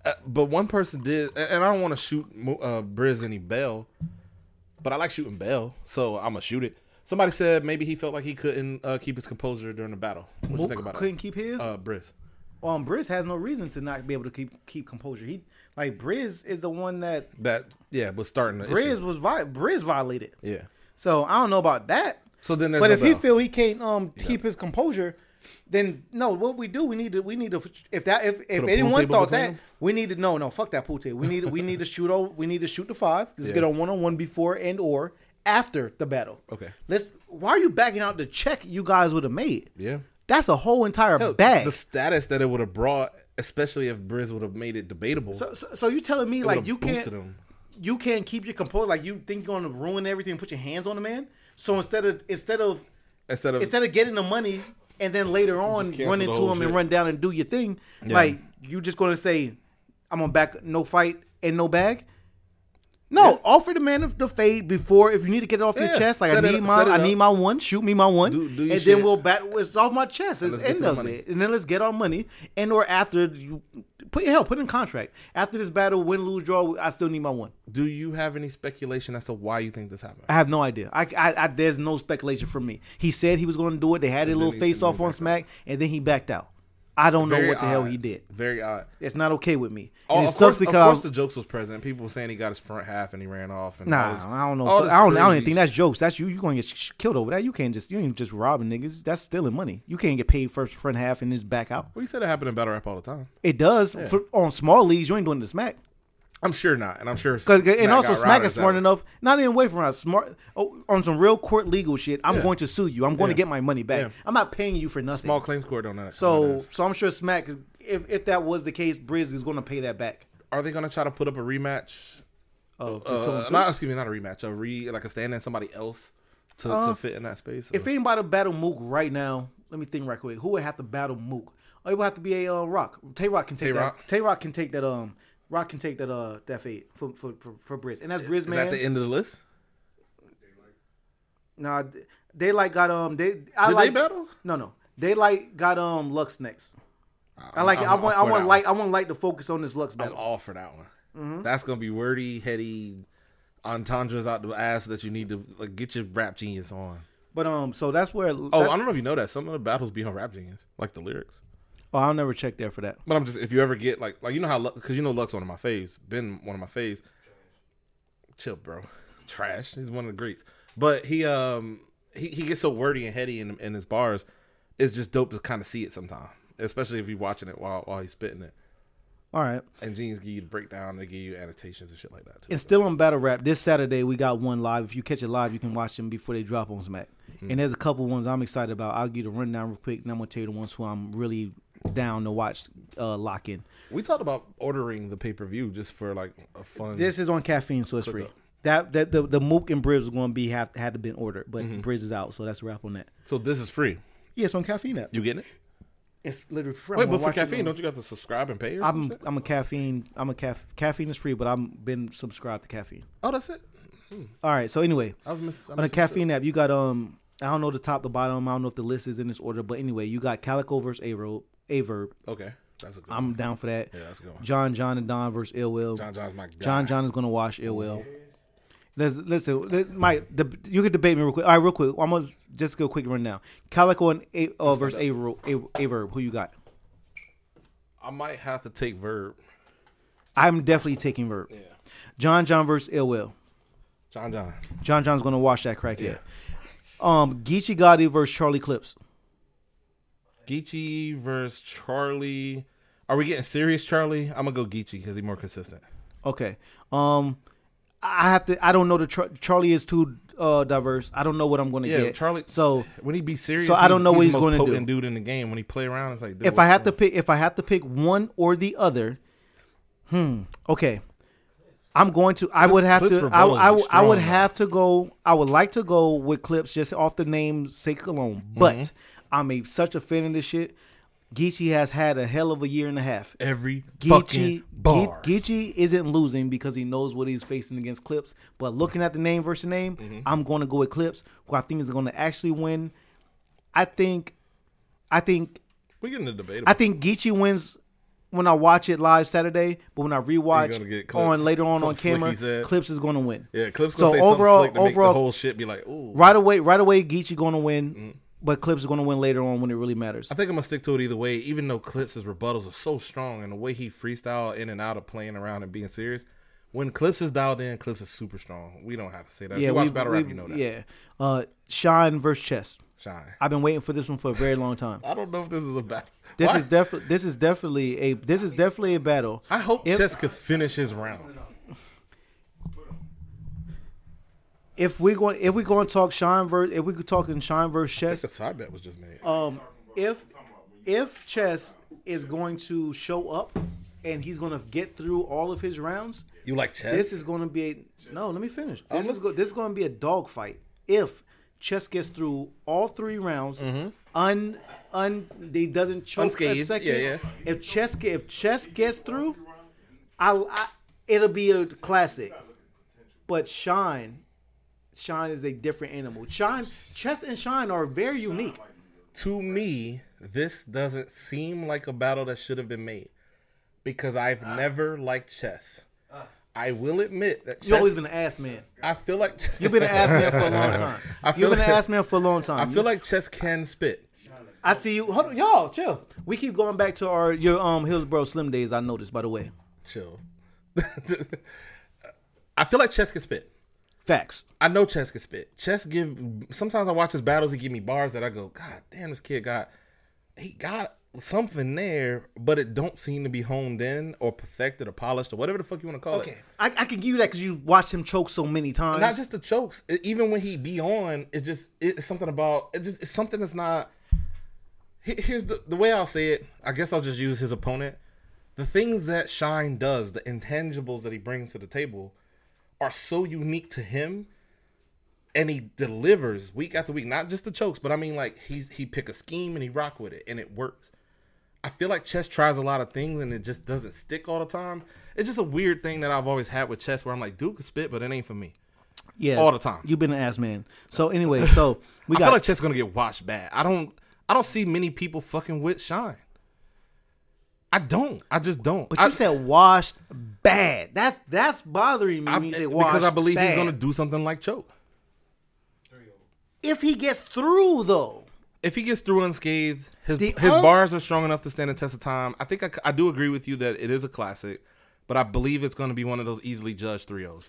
Uh, but one person did, and, and I don't want to shoot Mo- uh, Briz any bell, but I like shooting Bell, so I'm gonna shoot it. Somebody said maybe he felt like he couldn't uh, keep his composure during the battle. What you
Mook
think about
couldn't
it?
keep his.
Uh, Briz.
um Briz has no reason to not be able to keep keep composure. He like Briz is the one that
That yeah, was starting. The
Briz
issue.
was vi- Briz violated.
yeah.
So I don't know about that.
So then there's
but
no
if he
Bell.
feel he can't um keep his composure, then no. What we do, we need to we need to if that if, if
pool
anyone
table
thought
between
that
them?
we need to no no fuck that pool table. We need we need to shoot over, we need to shoot the five. Let's get on one on one before and or after the battle.
Okay.
Let's. Why are you backing out the check you guys would have made?
Yeah.
That's a whole entire
Hell,
bag.
The status that it would have brought, especially if Briz would have made it debatable,
So, so, so you telling me
it
like
would've
you can't
boosted him.
you can't keep your composure? Like you think you're gonna ruin everything and put your hands on the man? So instead of instead of
instead of
instead of getting the money and then later on
cancel
run
the
into
whole
him and
shit.
run down and do your thing, like you just gonna say, "I'm gonna back no fight and no bag." No, offer the man the fade before if you need to get it off your
Yeah,
chest. Like I
set it
need
up-
my
set it
I need
up.
my one. Shoot me my one,
Do- do your
and then
shit.
we'll bat. It's off my chest. It's
let's get
end
to the
of
money.
it, and then let's get our money. And or after you put hell, put in contract. After this battle, win, lose, draw, I still need my one.
do you have any speculation as to why you think this happened?
I have no idea. I, I, I there's no speculation from me. He said he was going to do it. They had a little
he- and
face
then
off
he
on
backed
Smack, and then he backed out. I don't know
Very
what the hell
odd.
he did.
Very odd.
It's not okay with me.
Oh,
And
of course,
it sucks
of
because
course the jokes was present. People were saying he got his front half and he ran off. And all
nah,
this-
I don't know.
all this
I don't. I don't
crazy
even think that's jokes. That's you. You going to get sh- killed over that. You can't just. You ain't just robbing niggas. That's stealing money. You can't get paid first front half and just back out.
Well, you said it happened in battle rap all the time.
It does for, on small leagues. You ain't doing the Smack.
I'm sure not, and I'm sure.
Cause,
Smack
and also,
got
Smack
routed
is
as that
smart
one.
enough. Not even wait for us. Smart oh, on some real court legal shit. I'm
Yeah.
going to sue you. I'm going to
Yeah.
get my money back.
Yeah.
I'm not paying you for nothing.
Small claims court on that. on
So
that.
so I'm sure Smack is, if if that was the case, Briz is going to pay that back.
are they gonna try to put up a rematch?
Of the two on
Uh,
two.
not excuse me, not a rematch. A re like a stand in somebody else
Um,
to, to fit in that space.
if anybody battle Mook right now, let me think right quick. Who would have to battle Mook? Oh, it would have to be a uh, Rock. Tay Rock can take
Tay-Rock?
that. Tay Rock can take that. Um, Rock can take that. Uh, that fade for for for, for Briz, and that's Briz
Is that
man.
the end of the list?
nah, they like got um. They I
Did
like
they battle?
No, no. They like got um Lux next. I like. it. I
Uh, I'm
want.
all
I
for
want
that
light. I want light to focus on this Lux
I'm
battle.
all for that one.
Mm-hmm.
That's gonna be wordy, heady entendres out the ass that you need to like get your rap genius on.
But um, so that's where.
Oh,
that's-
I don't know if you know that some of the battles be on rap genius, like the lyrics.
oh, I'll never check there for that.
But I'm just if you ever get like like you know how because you know Lux one of my faves, been one of my faves. Chill, bro. Trash. He's one of the greats. But he um he, he gets so wordy and heady in, in his bars. It's just dope to kind of see it sometime, especially if you're watching it while while he's spitting it.
All right.
And genius give you the breakdown. They give you annotations and shit like that too.
It's still on Battle Rap. This Saturday we got one live. If you catch it live, you can watch them before they drop on Smack. And there's a couple ones I'm excited about. I'll give you the rundown real quick, and I'm gonna tell you the ones who I'm really down to watch. Uh, lock in.
We talked about ordering the pay per view just for like a fun.
This is on caffeine, so it's free.
up.
That that the, the Mook and Briz was gonna be have had to been ordered, but
Mm-hmm.
Briz is out, so that's a wrap on that.
so this is free.
Yeah, it's on caffeine app.
You getting it?
It's literally free.
Wait,
I'm
but
gonna
for
watch it
caffeine,
on-
don't you got to subscribe and pay? Or some
I'm
shit?
I'm a caffeine. I'm a caff caffeine is free, but I'm been subscribed to caffeine.
Oh, that's it.
All right. So anyway,
I was missing.
on the caffeine app, you got um, I don't know the top, the bottom. I don't know if the list is in this order, but anyway, you got Calico versus Averb. Averb.
Okay, that's a good.
I'm down for that.
yeah, that's a good one.
John John and Don versus Ill Will.
John John's my guy.
John John is gonna wash Ill Will. Let's- Listen, let- Mike, the, you can debate me real quick. All right, real quick. I'm gonna just go quick run now. Calico and A, uh, versus Averb, Averb. Who you got?
I might have to take Verb.
I'm definitely taking Verb. John John versus Ill Will.
John John.
John John's gonna wash that crack yeah. Um, Geechee Gotti versus Charlie Clips.
Geechee versus Charlie. Are we getting serious, Charlie? I'm gonna go Geechee because he's more consistent.
Okay. Um, I have to. I don't know. The Char- Charlie is too uh diverse. I don't know what I'm gonna
Yeah,
get.
Charlie-
So
When he be serious,
So I don't know what he's
the most
gonna do.
potent Dude in the game when he play around, it's like dude,
if I have to pick, if I have to pick one or the other, hmm. Okay. I'm going to. I would
Clips-
have
Clips
to.
for
I,
Boas
I,
is
I
strong,
would
though.
have to go. I would like to go with clips just off the name sake alone.
Mm-hmm.
But I'm a, such a fan of this shit. Geechee has had a hell of a year and a half.
every
Geechee,
fucking bar.
Ge- Geechee isn't losing because he knows what he's facing against Clips. But looking at the name versus name,
Mm-hmm.
I'm going to go with Clips, who I think is going to actually win. I think, I think,
we getting a debate.
I think Geechee wins when I watch it live Saturday. But when I
gonna
rewatch
get Clips.
on later on
Something
on
slick
camera,
he said.
Clips is going to win.
Yeah, Clips
So
gonna say something
overall-
slick to make
overall-
the whole shit be like, ooh.
Right away, right away, Geechee going to win.
Mm-hmm.
But Clips is going to win later on when it really matters.
I think I'm gonna stick to it either way, even though Clips' rebuttals are so strong and the way he freestyle in and out of playing around and being serious. When Clips is dialed in, Clips is super strong. We don't have to say that. if you watch
we-
Battle
we-
Rap, you know that.
Yeah, uh, Shine versus Chess.
Shine.
I've been waiting for this one for a very long time.
I don't know if this is a battle.
This
Why-
is definitely this is definitely a this is definitely a battle.
I hope
if-
Chess could finish his round.
If we're going if we're going to talk Shine verse if we could talk in Shine verse
I think
chess,
the side bet was just made.
um, if if chess is going to show up and he's going to get through all of his rounds,
you like Chess?
this is going to be a no. Let me finish. This is go, this is going to be a dogfight. If chess gets through all three rounds, un un he doesn't choke a
Mm-hmm. Unscathed,
second.
yeah, yeah.
If chess ge- if chess gets through, I, I it'll be a classic. But shine, shine is a different animal. Shine, chess and shine are very unique.
to me, this doesn't seem like a battle that should have been made because I've never liked Chess. I will admit that
You always
Chess.
been an ass man.
I feel like
You've been an ass man for a long time.
I
You've
feel
been an
like-
ass man for a long time.
I feel like Chess can spit.
I see you. Hold on, y'all, chill. We keep going back to our your um Hillsborough Slim days. I noticed, by the way.
chill. I feel like Chess can spit.
Facts.
I know Chess can spit. Chess give sometimes I watch his battles, he give me bars that I go, God damn, this kid got he got something there, but it don't seem to be honed in or perfected or polished or whatever the fuck you want to call
Okay,
it.
I, I can give you that because you watched him choke so many times.
Not just the chokes. e- Even when he be on, it's just it's something about it just it's something that's not he- here's the the way I'll say it. I guess I'll just use his opponent. The things that Shine does, the intangibles that he brings to the table, are so unique to him, and he delivers week after week. Not just the chokes, but I mean like he's he pick a scheme and he rock with it, and it works. I feel like chess tries a lot of things and it just doesn't stick all the time. It's just a weird thing that I've always had with chess where I'm like, dude can spit, but it ain't for me.
Yeah,
all the time.
You've been an ass man. So anyway, so we
I feel
got
like chess gonna get watched bad. I don't. I don't see many people fucking with Shine. I don't. I just don't.
But
I,
you said wash bad. That's that's bothering me.
I-
when you say wash
because I believe he's
bad.
gonna do something like choke.
If he gets through though,
if he gets through unscathed, his
The
his
un-
bars are strong enough to stand the test of time. I think I, c- I do agree with you that it is a classic, but I believe it's going to be one of those easily judged 3-0s.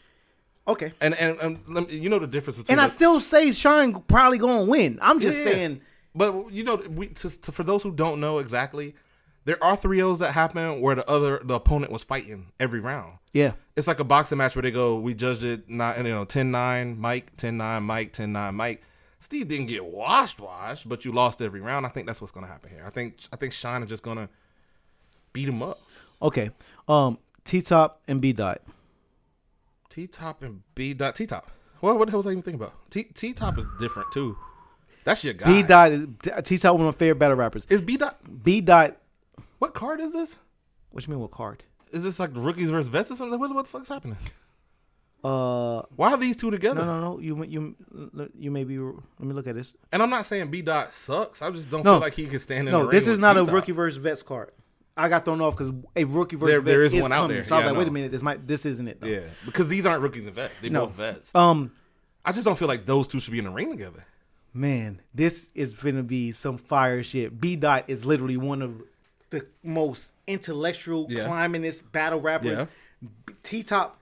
okay.
And and, and lem- you know the difference between
And I
the-
still say Shine probably gonna win. I'm just
Yeah.
saying
But you know, we to, to, for those who don't know exactly, there are 3-0s that happen where the other the opponent was fighting every round.
Yeah.
It's like a boxing match where they go, we judged it not you know 10-9 Mike, 10-9 Mike, 10-9 Mike. Steve didn't get washed washed, but you lost every round. I think that's what's going to happen here. I think I think Shine is just going to beat him up.
Okay. Um T top and B dot.
T Top and B Dot T Top. Well, what the hell was I even thinking about? T T Top is different too. That's your guy.
B dot is T top one of my favorite battle rappers.
is B Dot.
B dot
What card is this?
what you mean what card?
Is this like rookies versus vets or something? What, what the fuck's happening?
Uh
Why are these two together?
no no no you you you may be let me look at this.
And I'm not saying B Dot sucks. I just don't
No.
feel like he can stand in. the
No,
ring
this is
with
not a
T-Top.
rookie versus vets card. I got thrown off because a rookie versus
There-
vets
there is
is
one out
coming.
there.
So I was
Yeah, I
like, wait a
know.
minute, this might this isn't it though.
Yeah, because these aren't rookies and vets. They
No.
both vets.
Um
I just don't feel like those two should be in the ring together.
Man, this is gonna be some fire shit. B Dot is literally one of the most intellectual,
Yeah.
climbingest battle rappers.
Yeah.
T Top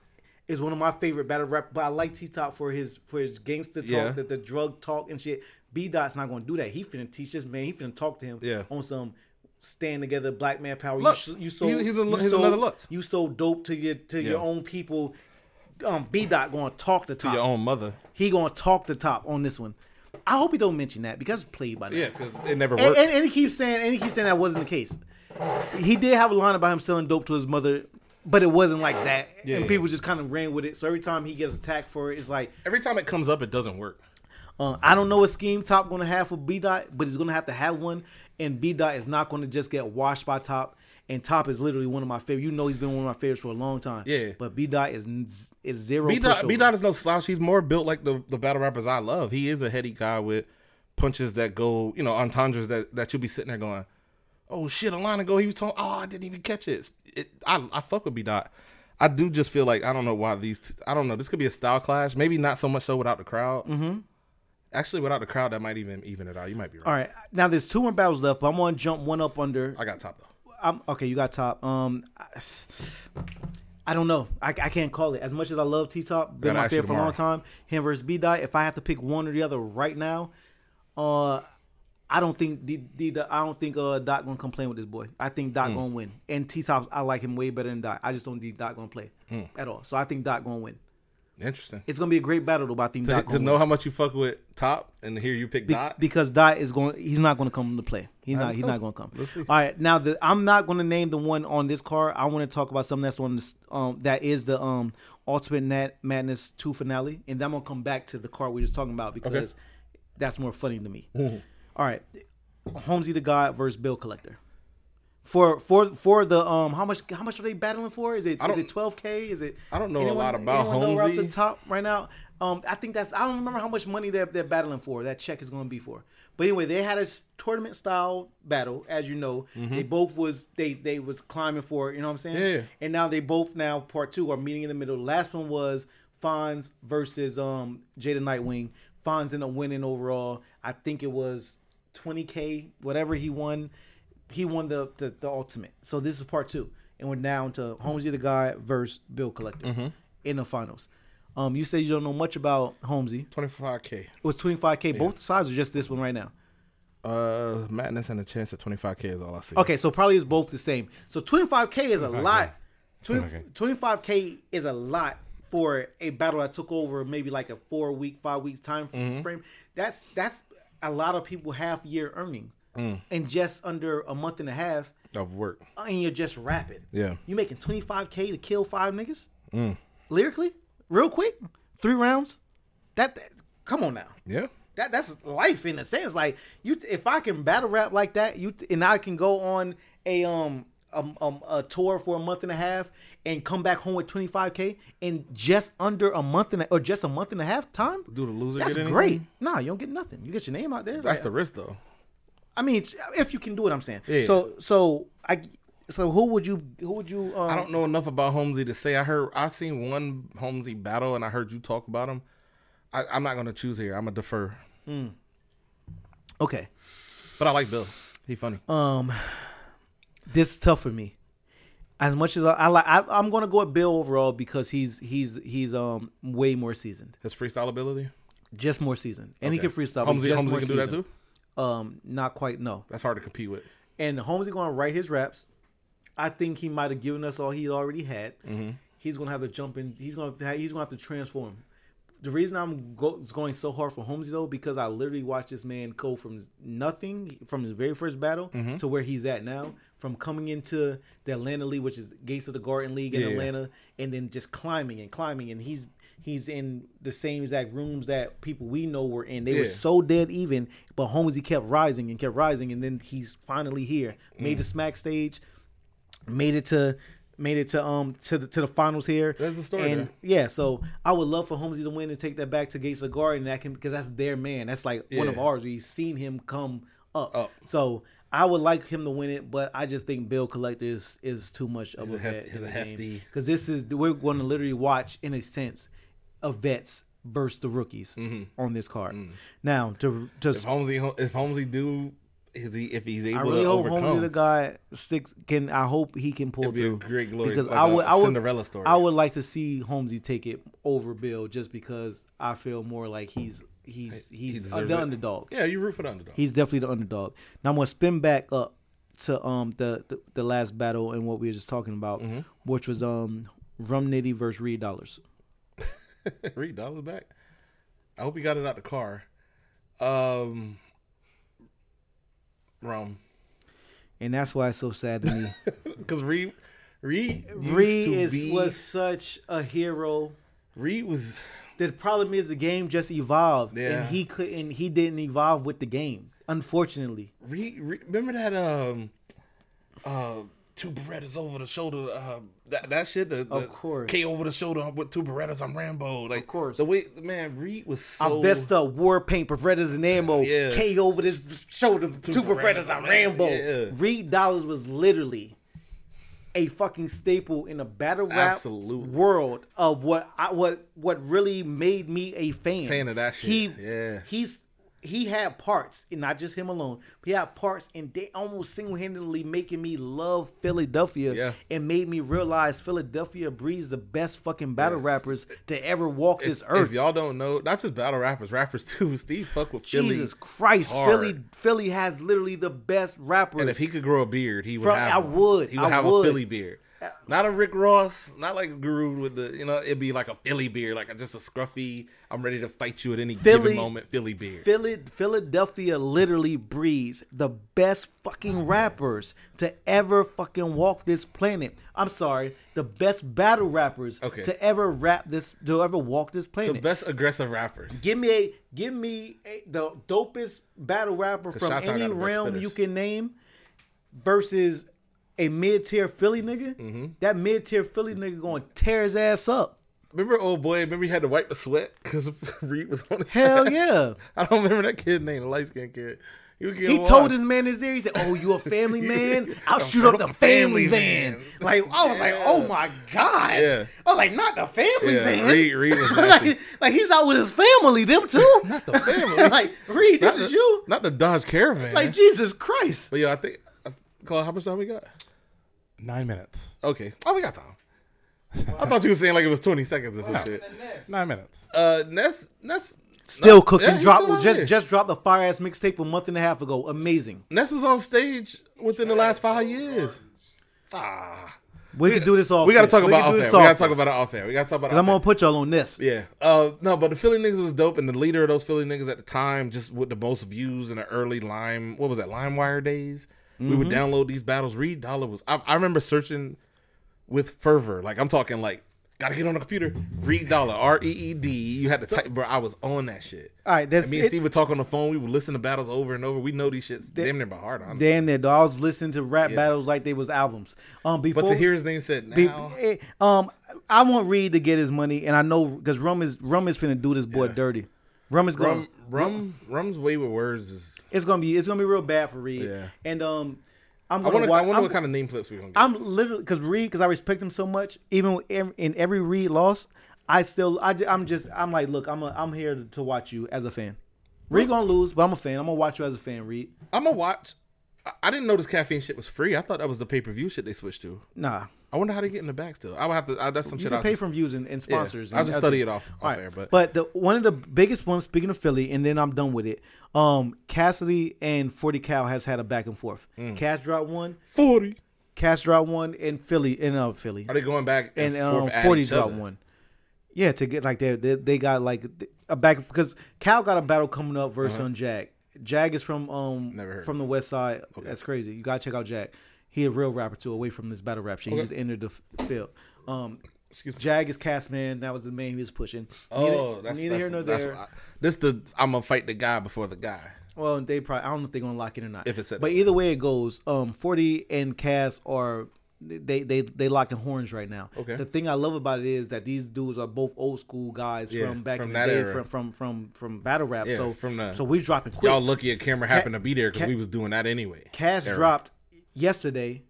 is one of my favorite battle rap, but I like T Top for his for his gangster talk,
Yeah.
the, the drug talk and shit. B Dot's not gonna do that. He finna teach this man. He finna talk to him
Yeah.
on some stand together black man power.
Lux.
You, s- you sold,
He's- he's a-
you
he's
sold-
another Lux.
You sold dope to your to your
Yeah.
own people. Um, B Dot gonna talk to Top
Your own mother.
he gonna talk the top on this one. I hope he don't mention that because it's played by that.
Yeah, because it never
And,
worked.
and, and he keeps saying and he keeps saying that wasn't the case. He did have a line about him selling dope to his mother, but it wasn't like that.
Yeah,
and
yeah.
people just kind of ran with it. So every time he gets attacked for it, it's like
Every time it comes up, it doesn't work.
uh, I don't know what scheme Top gonna have for B Dot, but he's gonna have to have one. And B Dot is not gonna just get washed by Top. And Top is literally one of my favorite. You know he's been one of my favorites for a long time.
Yeah.
But B Dot is n- is zero.
B dot
pushover.
B dot is no slouch. He's more built like the the battle rappers I love. He is a heady guy with punches that go, you know, entendres that that you'll be sitting there going, "Oh shit!" A line ago, he was talking. "Oh, I didn't even catch it." it I I fuck with B dot. I do just feel like I don't know why these. Two, I don't know. This could be a style clash. Maybe not so much so without the crowd. Mm-hmm. Actually, without the crowd, that might even even it out. You might be right.
All right. Now there's two more battles left, but I'm gonna jump one up under
I got top though.
I'm okay. You got top. Um, I, I don't know. I, I can't call it. As much as I love T Top, been
Gotta
my
ask you
favorite for a long
tomorrow.
time. Him versus B Dot. If I have to pick one or the other right now, uh, I don't think D, D Dot- I don't think uh Dot gonna complain with this boy. I think
Hmm.
Dot gonna win. And T Top's I like him way better than Dot. I just don't think Dot gonna play
Hmm.
at all. So I think Dot gonna win.
Interesting.
It's gonna be a great battle though. But I think
To,
Dot
to
gonna
know
win.
how much you fuck with top and to hear you pick
Be-
dot.
because Dot is going. He's not going to come to play. He's not.
let's
He's
go.
not going to come.
Let's see.
All right. Now, the, I'm not going to name the one on this card. I want to talk about something that's on this. Um, that is the um Ultimate Nat- Madness two finale, and then I'm gonna come back to the card we were just talking about because that's more funny to me.
Mm-hmm.
All right, Holmesy the God versus Bill Collector. For for for the um how much how much are they battling for? Is it is
don't-
it 12k? Is it
I don't know a lot about
anyone know off the
Holmesy.
top right now. Um, I think that's I don't remember how much money they're they're battling for. That check is going to be for. But anyway, they had a tournament style battle, as you know. They both was they they was climbing for. it, You know what I'm saying?
Mm-hmm. Yeah.
And now they both now part two are meeting in the middle. Last one was Fonz versus um Jada Nightwing. Fonz ended up winning overall. I think it was 20k whatever he won. He won the the, the ultimate. So this is part two, and we're down to Holmesy the guy versus Bill Collector in the finals. Um, you said you don't know much about Holmesy. It
25k.
was 25k. Both sides are just this one right now.
Uh, madness and a chance at 25k is all I see.
Okay, so probably it's both the same. So 25K is a lot. 20,
25K.
25K is a lot for a battle that took over maybe like a four week, five weeks time f- frame. That's that's a lot of people half year earning in just under a month and a half, uh,
Of work.
and you're just rapping.
Yeah.
you making 25K to kill five niggas lyrically, real quick, three rounds. That, that come on now
Yeah.
that that's life in a sense. Like you, if I can battle rap like that, you and I can go on a um a, um a tour for a month and a half and come back home with 25k in just under a month and a, or just a month and a half time.
Do the loser
That's
get anything?
great. Nah, you don't get nothing. You get your name out there.
That's
Like,
the risk though.
I mean, it's, if you can do it, I'm saying.
Yeah.
So so I so who would you who would you um,
I don't know enough about Holmesy to say. I heard I seen one Holmesy battle, and I heard you talk about him. I, I'm not gonna choose here. I'm gonna defer.
Okay.
But I like Bill. He funny.
Uh, this is tough for me. As much as I, I like, I, I'm gonna go with Bill overall because he's he's he's um way more seasoned,
His freestyle ability.
just more seasoned, and he
Okay.
can freestyle. but
Holmesy,
just
Holmesy
more
can do that
seasoned.
too.
Um, not quite, no.
That's hard to compete with.
And Holmesy gonna write his raps. I think he might have given us all he already had.
Mm-hmm.
He's gonna have to jump in. He's gonna have, he's gonna have to transform. The reason I'm go, going so hard for Holmesy though, because I literally watched this man go from nothing, from his very first battle
Mm-hmm.
to where he's at now, from coming into the Atlanta League, which is Gates of the Garden League in
Yeah.
Atlanta, and then just climbing and climbing, and he's he's in the same exact rooms that people we know were in. They were
Yeah.
so so dead even, but Holmesy kept rising and kept rising, and then he's finally here.
Mm.
Made the smack stage, made it to made it to um to the to the finals here.
There's a story
And
there.
yeah, so I would love for Holmesy to win and take that back to Gates of the Garden. That can because that's their man. That's like one of
Yeah.
ours. We've seen him come up.
Up.
So I would like him to win it, but I just think Bill Collector is is too much of
He's
a,
a heft- he's a hefty-
Because this is we're going to literally watch in a sense of vets versus the rookies on this card. Now to
Mm-hmm.
to
Mm. If Holmesy, if Holmesy do, is he if he's able
I really
to
hope
overcome?
Holmes the guy sticks. Can I hope he can pull
It'd be a
through?
great glorious-
because
like
I
a
would, I would,
Cinderella story.
I would like to see Holmesy take it over Bill, just because I feel more like he's he's he's
deserves
the
it.
underdog.
yeah, you root for the underdog.
He's definitely the underdog. Now I'm gonna spin back up to um the the, the last battle and what we were just talking about,
Mm-hmm.
which was um Rum Nitty versus Reed Dollars.
Reed dollars back. I hope he got it out the car. Um, Rome,
And that's why it's so sad to me.
because Reed, Reed, used
Reed
to
is
be-
was such a hero.
Reed was
The problem is the game just evolved,
Yeah.
and he couldn't. He didn't evolve with the game, unfortunately.
Reed, Reed- Remember that um, uh, two Berettas over the shoulder. Uh, that that shit. The, the
Of course.
K over the shoulder with two Berettas. I'm Rambo. Like of
course.
The way man Reed was so.
I best up war paint, Berettas and ammo.
Yeah.
K over this shoulder, two, Berettas,
Berettas,
I'm Rambo.
yeah.
Reed Dollars was literally a fucking staple in the battle rap
Absolutely.
world of what I what what really made me a fan.
Fan of that shit,
He
yeah.
he's he had parts, and not just him alone. but He had parts, and they almost single handedly making me love Philadelphia,
Yeah.
and made me realize Philadelphia breeds the best fucking battle
Yes.
rappers to ever walk this earth.
If y'all don't know, not just battle rappers, rappers too. Steve fuck with Philly.
Jesus Christ,
hard.
Philly Philly has literally the best rappers.
And if he could grow a beard, he would
From-
have.
I
one.
would,
He would
I
have
would.
a Philly beard. Not a Rick Ross, not like a Guru with the, you know, it'd be like a Philly beard, like a, just a scruffy. I'm ready to fight you at any
Philly-
given moment. Philly beard.
Philly, Philadelphia literally breeds the best
Oh,
fucking rappers to ever fucking walk this planet. I'm sorry, the best battle rappers
Okay.
to ever rap this to ever walk this
the
planet.
best aggressive rappers.
Give me a give me a, the dopest battle rapper from
Chi-Town
any
got the best
realm
spitters.
you can name versus a mid tier Philly nigga.
Mm-hmm.
That mid tier Philly nigga going to tear his ass up.
Remember, old boy? Remember he had to wipe the sweat because Reed was on. His
Hell
ass?
yeah.
I don't remember that kid name, the light skinned kid. He, was getting
He
wild.
told his man his ear. He said, "Oh, you a family man? I'll shoot up the family van." Like I was like, "Oh my god!"
Yeah.
I was like, "Not the family
Yeah,
van."
Reed- Reed was
like,
nasty.
like he's out with his family, them too. not
the family.
like Reed, this
Not
is
the-
you.
Not the Dodge Caravan.
Like Jesus Christ.
but yeah, I think. I- Claude, how much time we got?
Nine minutes.
Okay. Oh, we got time. I thought you were saying like it was 20 seconds or some shit.
Nine minutes.
Uh, Ness, Ness,
Still
no,
cooking.
yeah, he's
drop
still out
just
here.
just dropped the fire ass mixtape a month and a half ago. Amazing.
Ness was on stage within the last five years. Ah,
We, could do this all.
we gotta
first.
talk
could
about
do
off air.
this
We
all
gotta talk
first.
about it off air. We gotta talk about it.
'Cause I'm
off air.
gonna put y'all on this.
Yeah. Uh, no, but the Philly niggas was dope, and the leader of those Philly niggas at the time, just with the most views in the early Lime, what was that, LimeWire days? We
Mm-hmm.
would download these battles. Reed Dollar was. I, I remember searching with fervor. Like I'm talking like Gotta get on the computer. Read dollar R E E D. You had to type, bro. I was on that shit.
All right, that's
And me and
Uh, it.
Steve would talk on the phone. We would listen to battles over and over. We know these shits damn near by heart. Honestly.
Damn, that dog. I was listening to rap battles like they was albums. Um, before
But to hear his name said now,
Be- eh, um, I want Reed to get his money, and I know because Rum is Rum is finna do this boy dirty. Rum is going.
rum, rum, rum's way with words is.
It's gonna be. It's gonna be real bad for Reed.
Yeah.
And um,
I
I'm gonna.
wonder, I
wa-
wonder
I'm-
what kind of name clips we gonna get.
I'm literally because Reed, because I respect him so much. Even with ev- in every Reed loss, I still, I, ju- I'm just, I'm like, look, I'm, a, I'm here to, to watch you as a fan. Reed gonna lose, but I'm a fan. I'm gonna watch you as a fan, Reed.
I'm gonna watch. I- I didn't know this caffeine shit was free. I thought that was the pay per view shit they switched to.
Nah,
I wonder how they get in the back still. I would have to. I, that's some
you
shit.
can
I'll
pay
just-
from views and, and
yeah.
sponsors.
I'll
and
just
other-
study it off, off
All right,
air, but,
the one of the biggest ones, speaking of Philly, and then I'm done with it. Um, Cassidy and Forty Cal has had a back and forth.
Mm.
Cass dropped one,
forty.
Cass dropped one, and Philly, and uh, Philly,
Are they going back and,
and
forth
um,
at
forty
each
dropped
other?
one. Yeah, to get like they they, they got like a back because Cal got a battle coming up versus on Jack. Jag is from um
Uh-huh. Never heard
from the West Side. That's crazy. You gotta check out Jack. He a real rapper too, away from this battle rap shit. He just entered the f- field. Um,
Excuse me.
Jag is cast man. That was the man he was pushing.
Oh,
neither,
that's
neither
that's,
here nor
that's
there.
what I- this the I'm gonna fight the guy before the guy.
Well, they probably I don't know if they're gonna lock it or not.
If it's at
but
all.
either way it goes, um, Forty and Cass are they they they locking horns right now.
Okay.
The thing I love about it is that these dudes are both old school guys
Yeah,
from back
from
in the
that
day
era.
from from from from battle rap.
Yeah,
so
from the-
so we dropping quick.
Y'all lucky a camera happened to be there because
Ca-
we was doing that anyway.
Cass
Era.
dropped yesterday,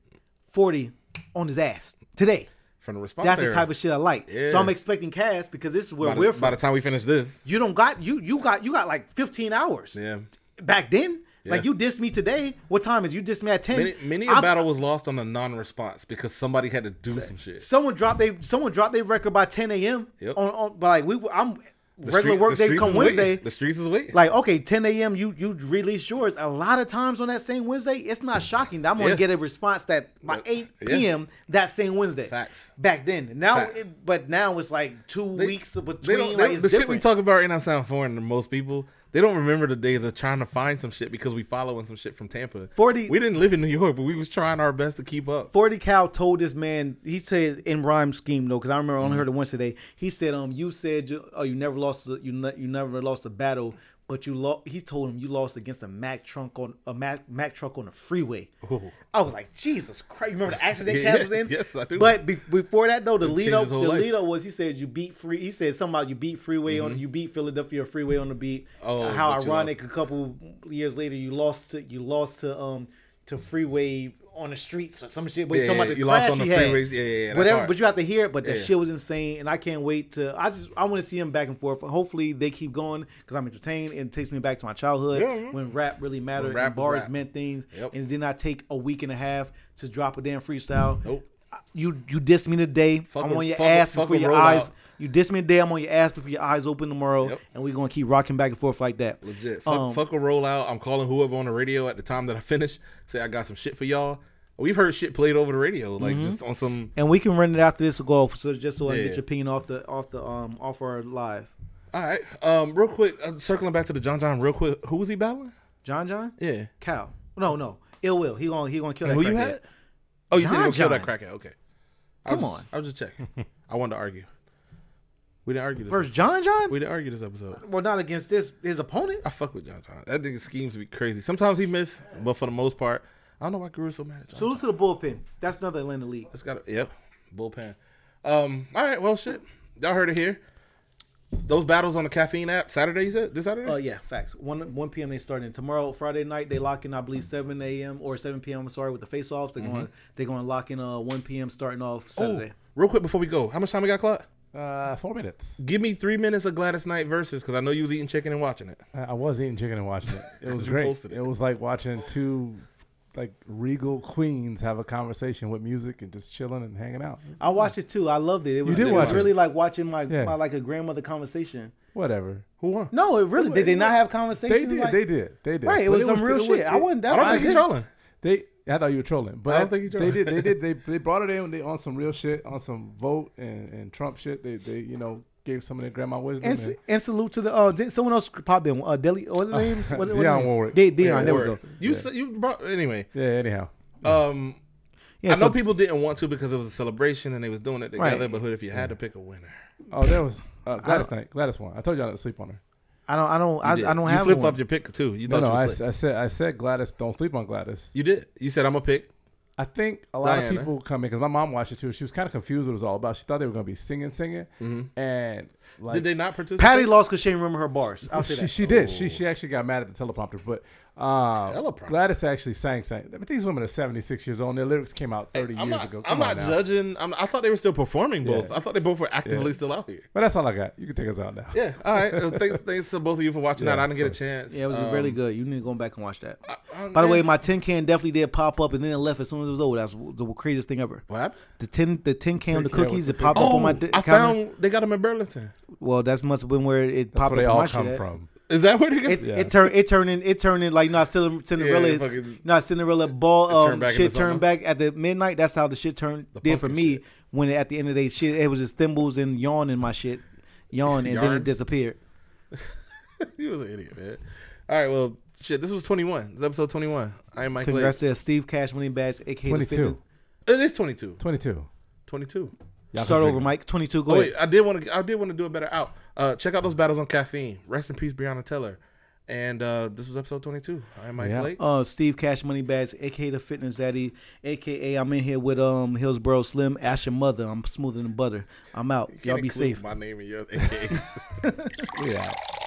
Forty on his ass today.
from the response.
That's the
era.
type of shit I like.
Yeah.
So I'm expecting Cass because this is where
By the,
we're
by
from.
the time we finish this,
you don't got you you got you got like 15 hours.
yeah.
back then. Like
Yeah.
you dissed me today. What time is you dissed me at ten?
Many, many a
I'm-
battle was lost on a non-response because somebody had to do some shit.
Someone dropped they someone dropped their record by ten a.m.
Yep.
On, on by like we were- I'm
The
regular
street-
work
the
day
streets
come
is waiting.
Wednesday.
The streets is waiting.
Like okay, ten a.m. You you release yours. A lot of times on that same Wednesday, it's not shocking that I'm gonna
Yeah.
get a response that by
But-
eight
yeah.
p.m. that same Wednesday.
Facts.
Back then, now
Facts.
it, but now it's like two
They-
weeks
they
between.
don't-
like
they-
it's
the shit we
different.
talk about right now sound foreign to most people. They don't remember the days of trying to find some shit because we following some shit from Tampa.
40
We didn't live in New York, but we was trying our best to keep up.
40 Cal told this man, he said in rhyme scheme though, because I remember I
Mm-hmm.
only heard it once today. He said, um, you said you, oh, you never lost, a, you ne- you never lost a battle, but you lost. He told him you lost against a Mack trunk on a Mack, Mack truck on the freeway. I was like, Jesus Christ! You remember the accident
Oh. Yeah,
Cal was in?
yes, I do.
But be- before that though, the lead
changed
up,
his
the
whole life. Mm-hmm.
lead up was he said you beat free. He said something about you beat freeway on you beat Philadelphia freeway on the beat.
Oh,
how
but you
ironic! A
lost.
couple years later, you lost to you lost to um to freeway on the streets or some shit. But
Yeah,
yeah, talking
yeah,
about the
you
crash
lost on
he
the
had.
freeways. Yeah, yeah, yeah, that's
Whatever,
hard.
but you have to hear it. But that
Yeah.
shit was insane, and I can't wait to. I just I want to see him back and forth. Hopefully they keep going because I'm entertained and it takes me back to my childhood when rap really mattered,
rap
and
was
bars
rap.
meant things,
Yep.
and it did not take a week and a half to drop a damn freestyle.
Nope.
I- You you dissed me today.
Fuck
I'm
with-
on your
fuck with-
ass
fuck
before
with
your
Roll
eyes.
Out.
You dissed me today. I'm on your ass before your eyes open tomorrow,
Yep.
and we're gonna keep rocking back and forth like that.
Legit. Um, Fuck, fuck a rollout. I'm calling whoever on the radio at the time that I finish. Say I got some shit for y'all. We've heard shit played over the radio, like just on some.
and we can run it after this will go off. So just so I can
Yeah.
get your opinion off the off the um off our live.
All right, um, real quick, uh, circling back to the John John, real quick. Who was he battling?
John John.
Yeah.
Cal. No, no. Ill will. He gonna he gonna kill that.
Who you
crackhead.
had? Oh, you said you
John
gonna kill that
John.
crackhead. Okay. I
Come
was just-
on.
I was just checking. I wanted to argue. We didn't argue this.
Versus John John.
We didn't argue this episode.
well, not against this his opponent.
I fuck with John John. That nigga schemes be crazy. Sometimes he miss, but for the most part, I don't know why Guru's so mad at John. John.
Salute to the bullpen. That's another Atlanta league.
It's got a, yep, bullpen. Um, all right, well shit. Y'all heard it here. Those battles on the caffeine app Saturday, you said? This Saturday?
Oh yeah, facts. One one p.m. they start in tomorrow Friday night. They lock in I believe seven a.m. or seven p.m. I'm sorry with the face offs. They're going they're going to lock in uh one p.m. starting off
Oh,
Saturday.
real quick before we go, how much time we got clock?
Uh, four minutes.
Give me three minutes of Gladys Knight versus because I know you was eating chicken and watching it.
I, I was eating chicken and watching it. It was
You
great.
posted
It.
it.
was like watching two like regal queens have a conversation with music and just chilling and hanging out.
I watched it too. I loved it. It was,
did
it
watch
was
it.
really like watching my,
Yeah.
my like a grandmother conversation.
Whatever.
Who won?
No, it really did they not have
They
conversations?
did.
like-
they did. They did.
Right, it
But
was some real
it
shit. I wasn't- that's
I don't
why
think he's
this-
trolling.
They, I thought you were trolling, but
I don't think you
they
trolling.
did. They did. They, they brought it in they, on some real shit, on some vote and, and Trump shit. They they you know gave some of their grandma wisdom.
And, s- and salute to the uh, did someone else popped in. Uh, Deli, what was the name? What, what
Dionne Warwick.
De- Dion, there we
Word.
go.
You said you brought anyway.
yeah. Anyhow,
Um,
Yeah,
I
so
know people didn't want to because it was a celebration and they was doing it
Right.
together. But who if you had to pick a winner?
Oh, that was uh, Gladys Knight. Gladys won. I told you I didn't sleep on her.
I don't, I don't, I,
You did.
I don't
you
have
flipped
one.
up your pick too. You
No,
thought
no.
you
I,
was
s-
slick.
I said I said Gladys. Don't sleep on Gladys.
you did. You said I'm gonna pick.
I think a lot of
Diana.
people come in because my mom watched it too. She was kind of confused what it was all about. She thought they were going to be singing, singing, and like
Mm-hmm. Did they not participate?
Patty lost because she didn't remember her bars. I'll say
she,
that.
she did. She she actually got mad at the teleprompter, but um,
Teleprompter.
Gladys actually sang sang. But these women are seventy six years old. and Their lyrics came out thirty
I'm
years
not,
ago.
I'm
Come on
not
now.
judging. I'm, I thought they were still performing both.
Yeah.
I thought they both were actively
Yeah.
still out here.
But that's all I got. You can take us out now.
Yeah. All right. Well, thanks, thanks to both of you for watching
Yeah,
that. I didn't
of
get a
course.
chance.
Yeah, it was
Um,
really good. You need to go back and watch that.
um,
By the way,
yeah.
my tin can definitely did pop up and then it left as soon as it was over. That's the craziest thing ever.
What happened?
The tin, the tin can, of the
Tin can
cookies,
with
it
the
popped up
Oh,
on my. Di-
I
counter.
found they got them in Burlington.
Well, that must have been where it
That's
popped
where
up.
they
on
all
my
come
shit at.
from.
Is that where they got?
It,
Yeah.
it turned it turned in it turned in like you know how Cin- Cinderella
Yeah,
is-
fucking-
you know how Cinderella ball
It turned
um
back
shit
into
turned
something.
back at the midnight. That's how the shit turned did for
pumpkin
me
shit.
when it, at the end of the day shit it was just thimbles and yawn in my shit yawn and then it
Yarn?
disappeared.
He was an idiot, man. All right. Well, shit. This was 21. This is episode 21. I am Mike. Blake.
Congrats to Steve Cash Money Bags, aka the
22.
fitness.
It is 22.
22.
22.
Y'all
Start
can
over,
drink
Mike. Twenty two. Go
Oh
ahead.
wait, I did want to. I did want to do a better out. Uh, check out those battles on caffeine. Rest in peace, Breonna Teller. And uh, this was episode 22. I am Mike
Yeah.
Blake.
Uh, Steve Cash Money Bags, aka the Fitness Daddy, aka I'm in here with um Hillsboro Slim, Ash your mother. I'm smoother than butter. I'm out. Y'all
Can't
be
include
safe.
My name and yours, aka.
it. We out.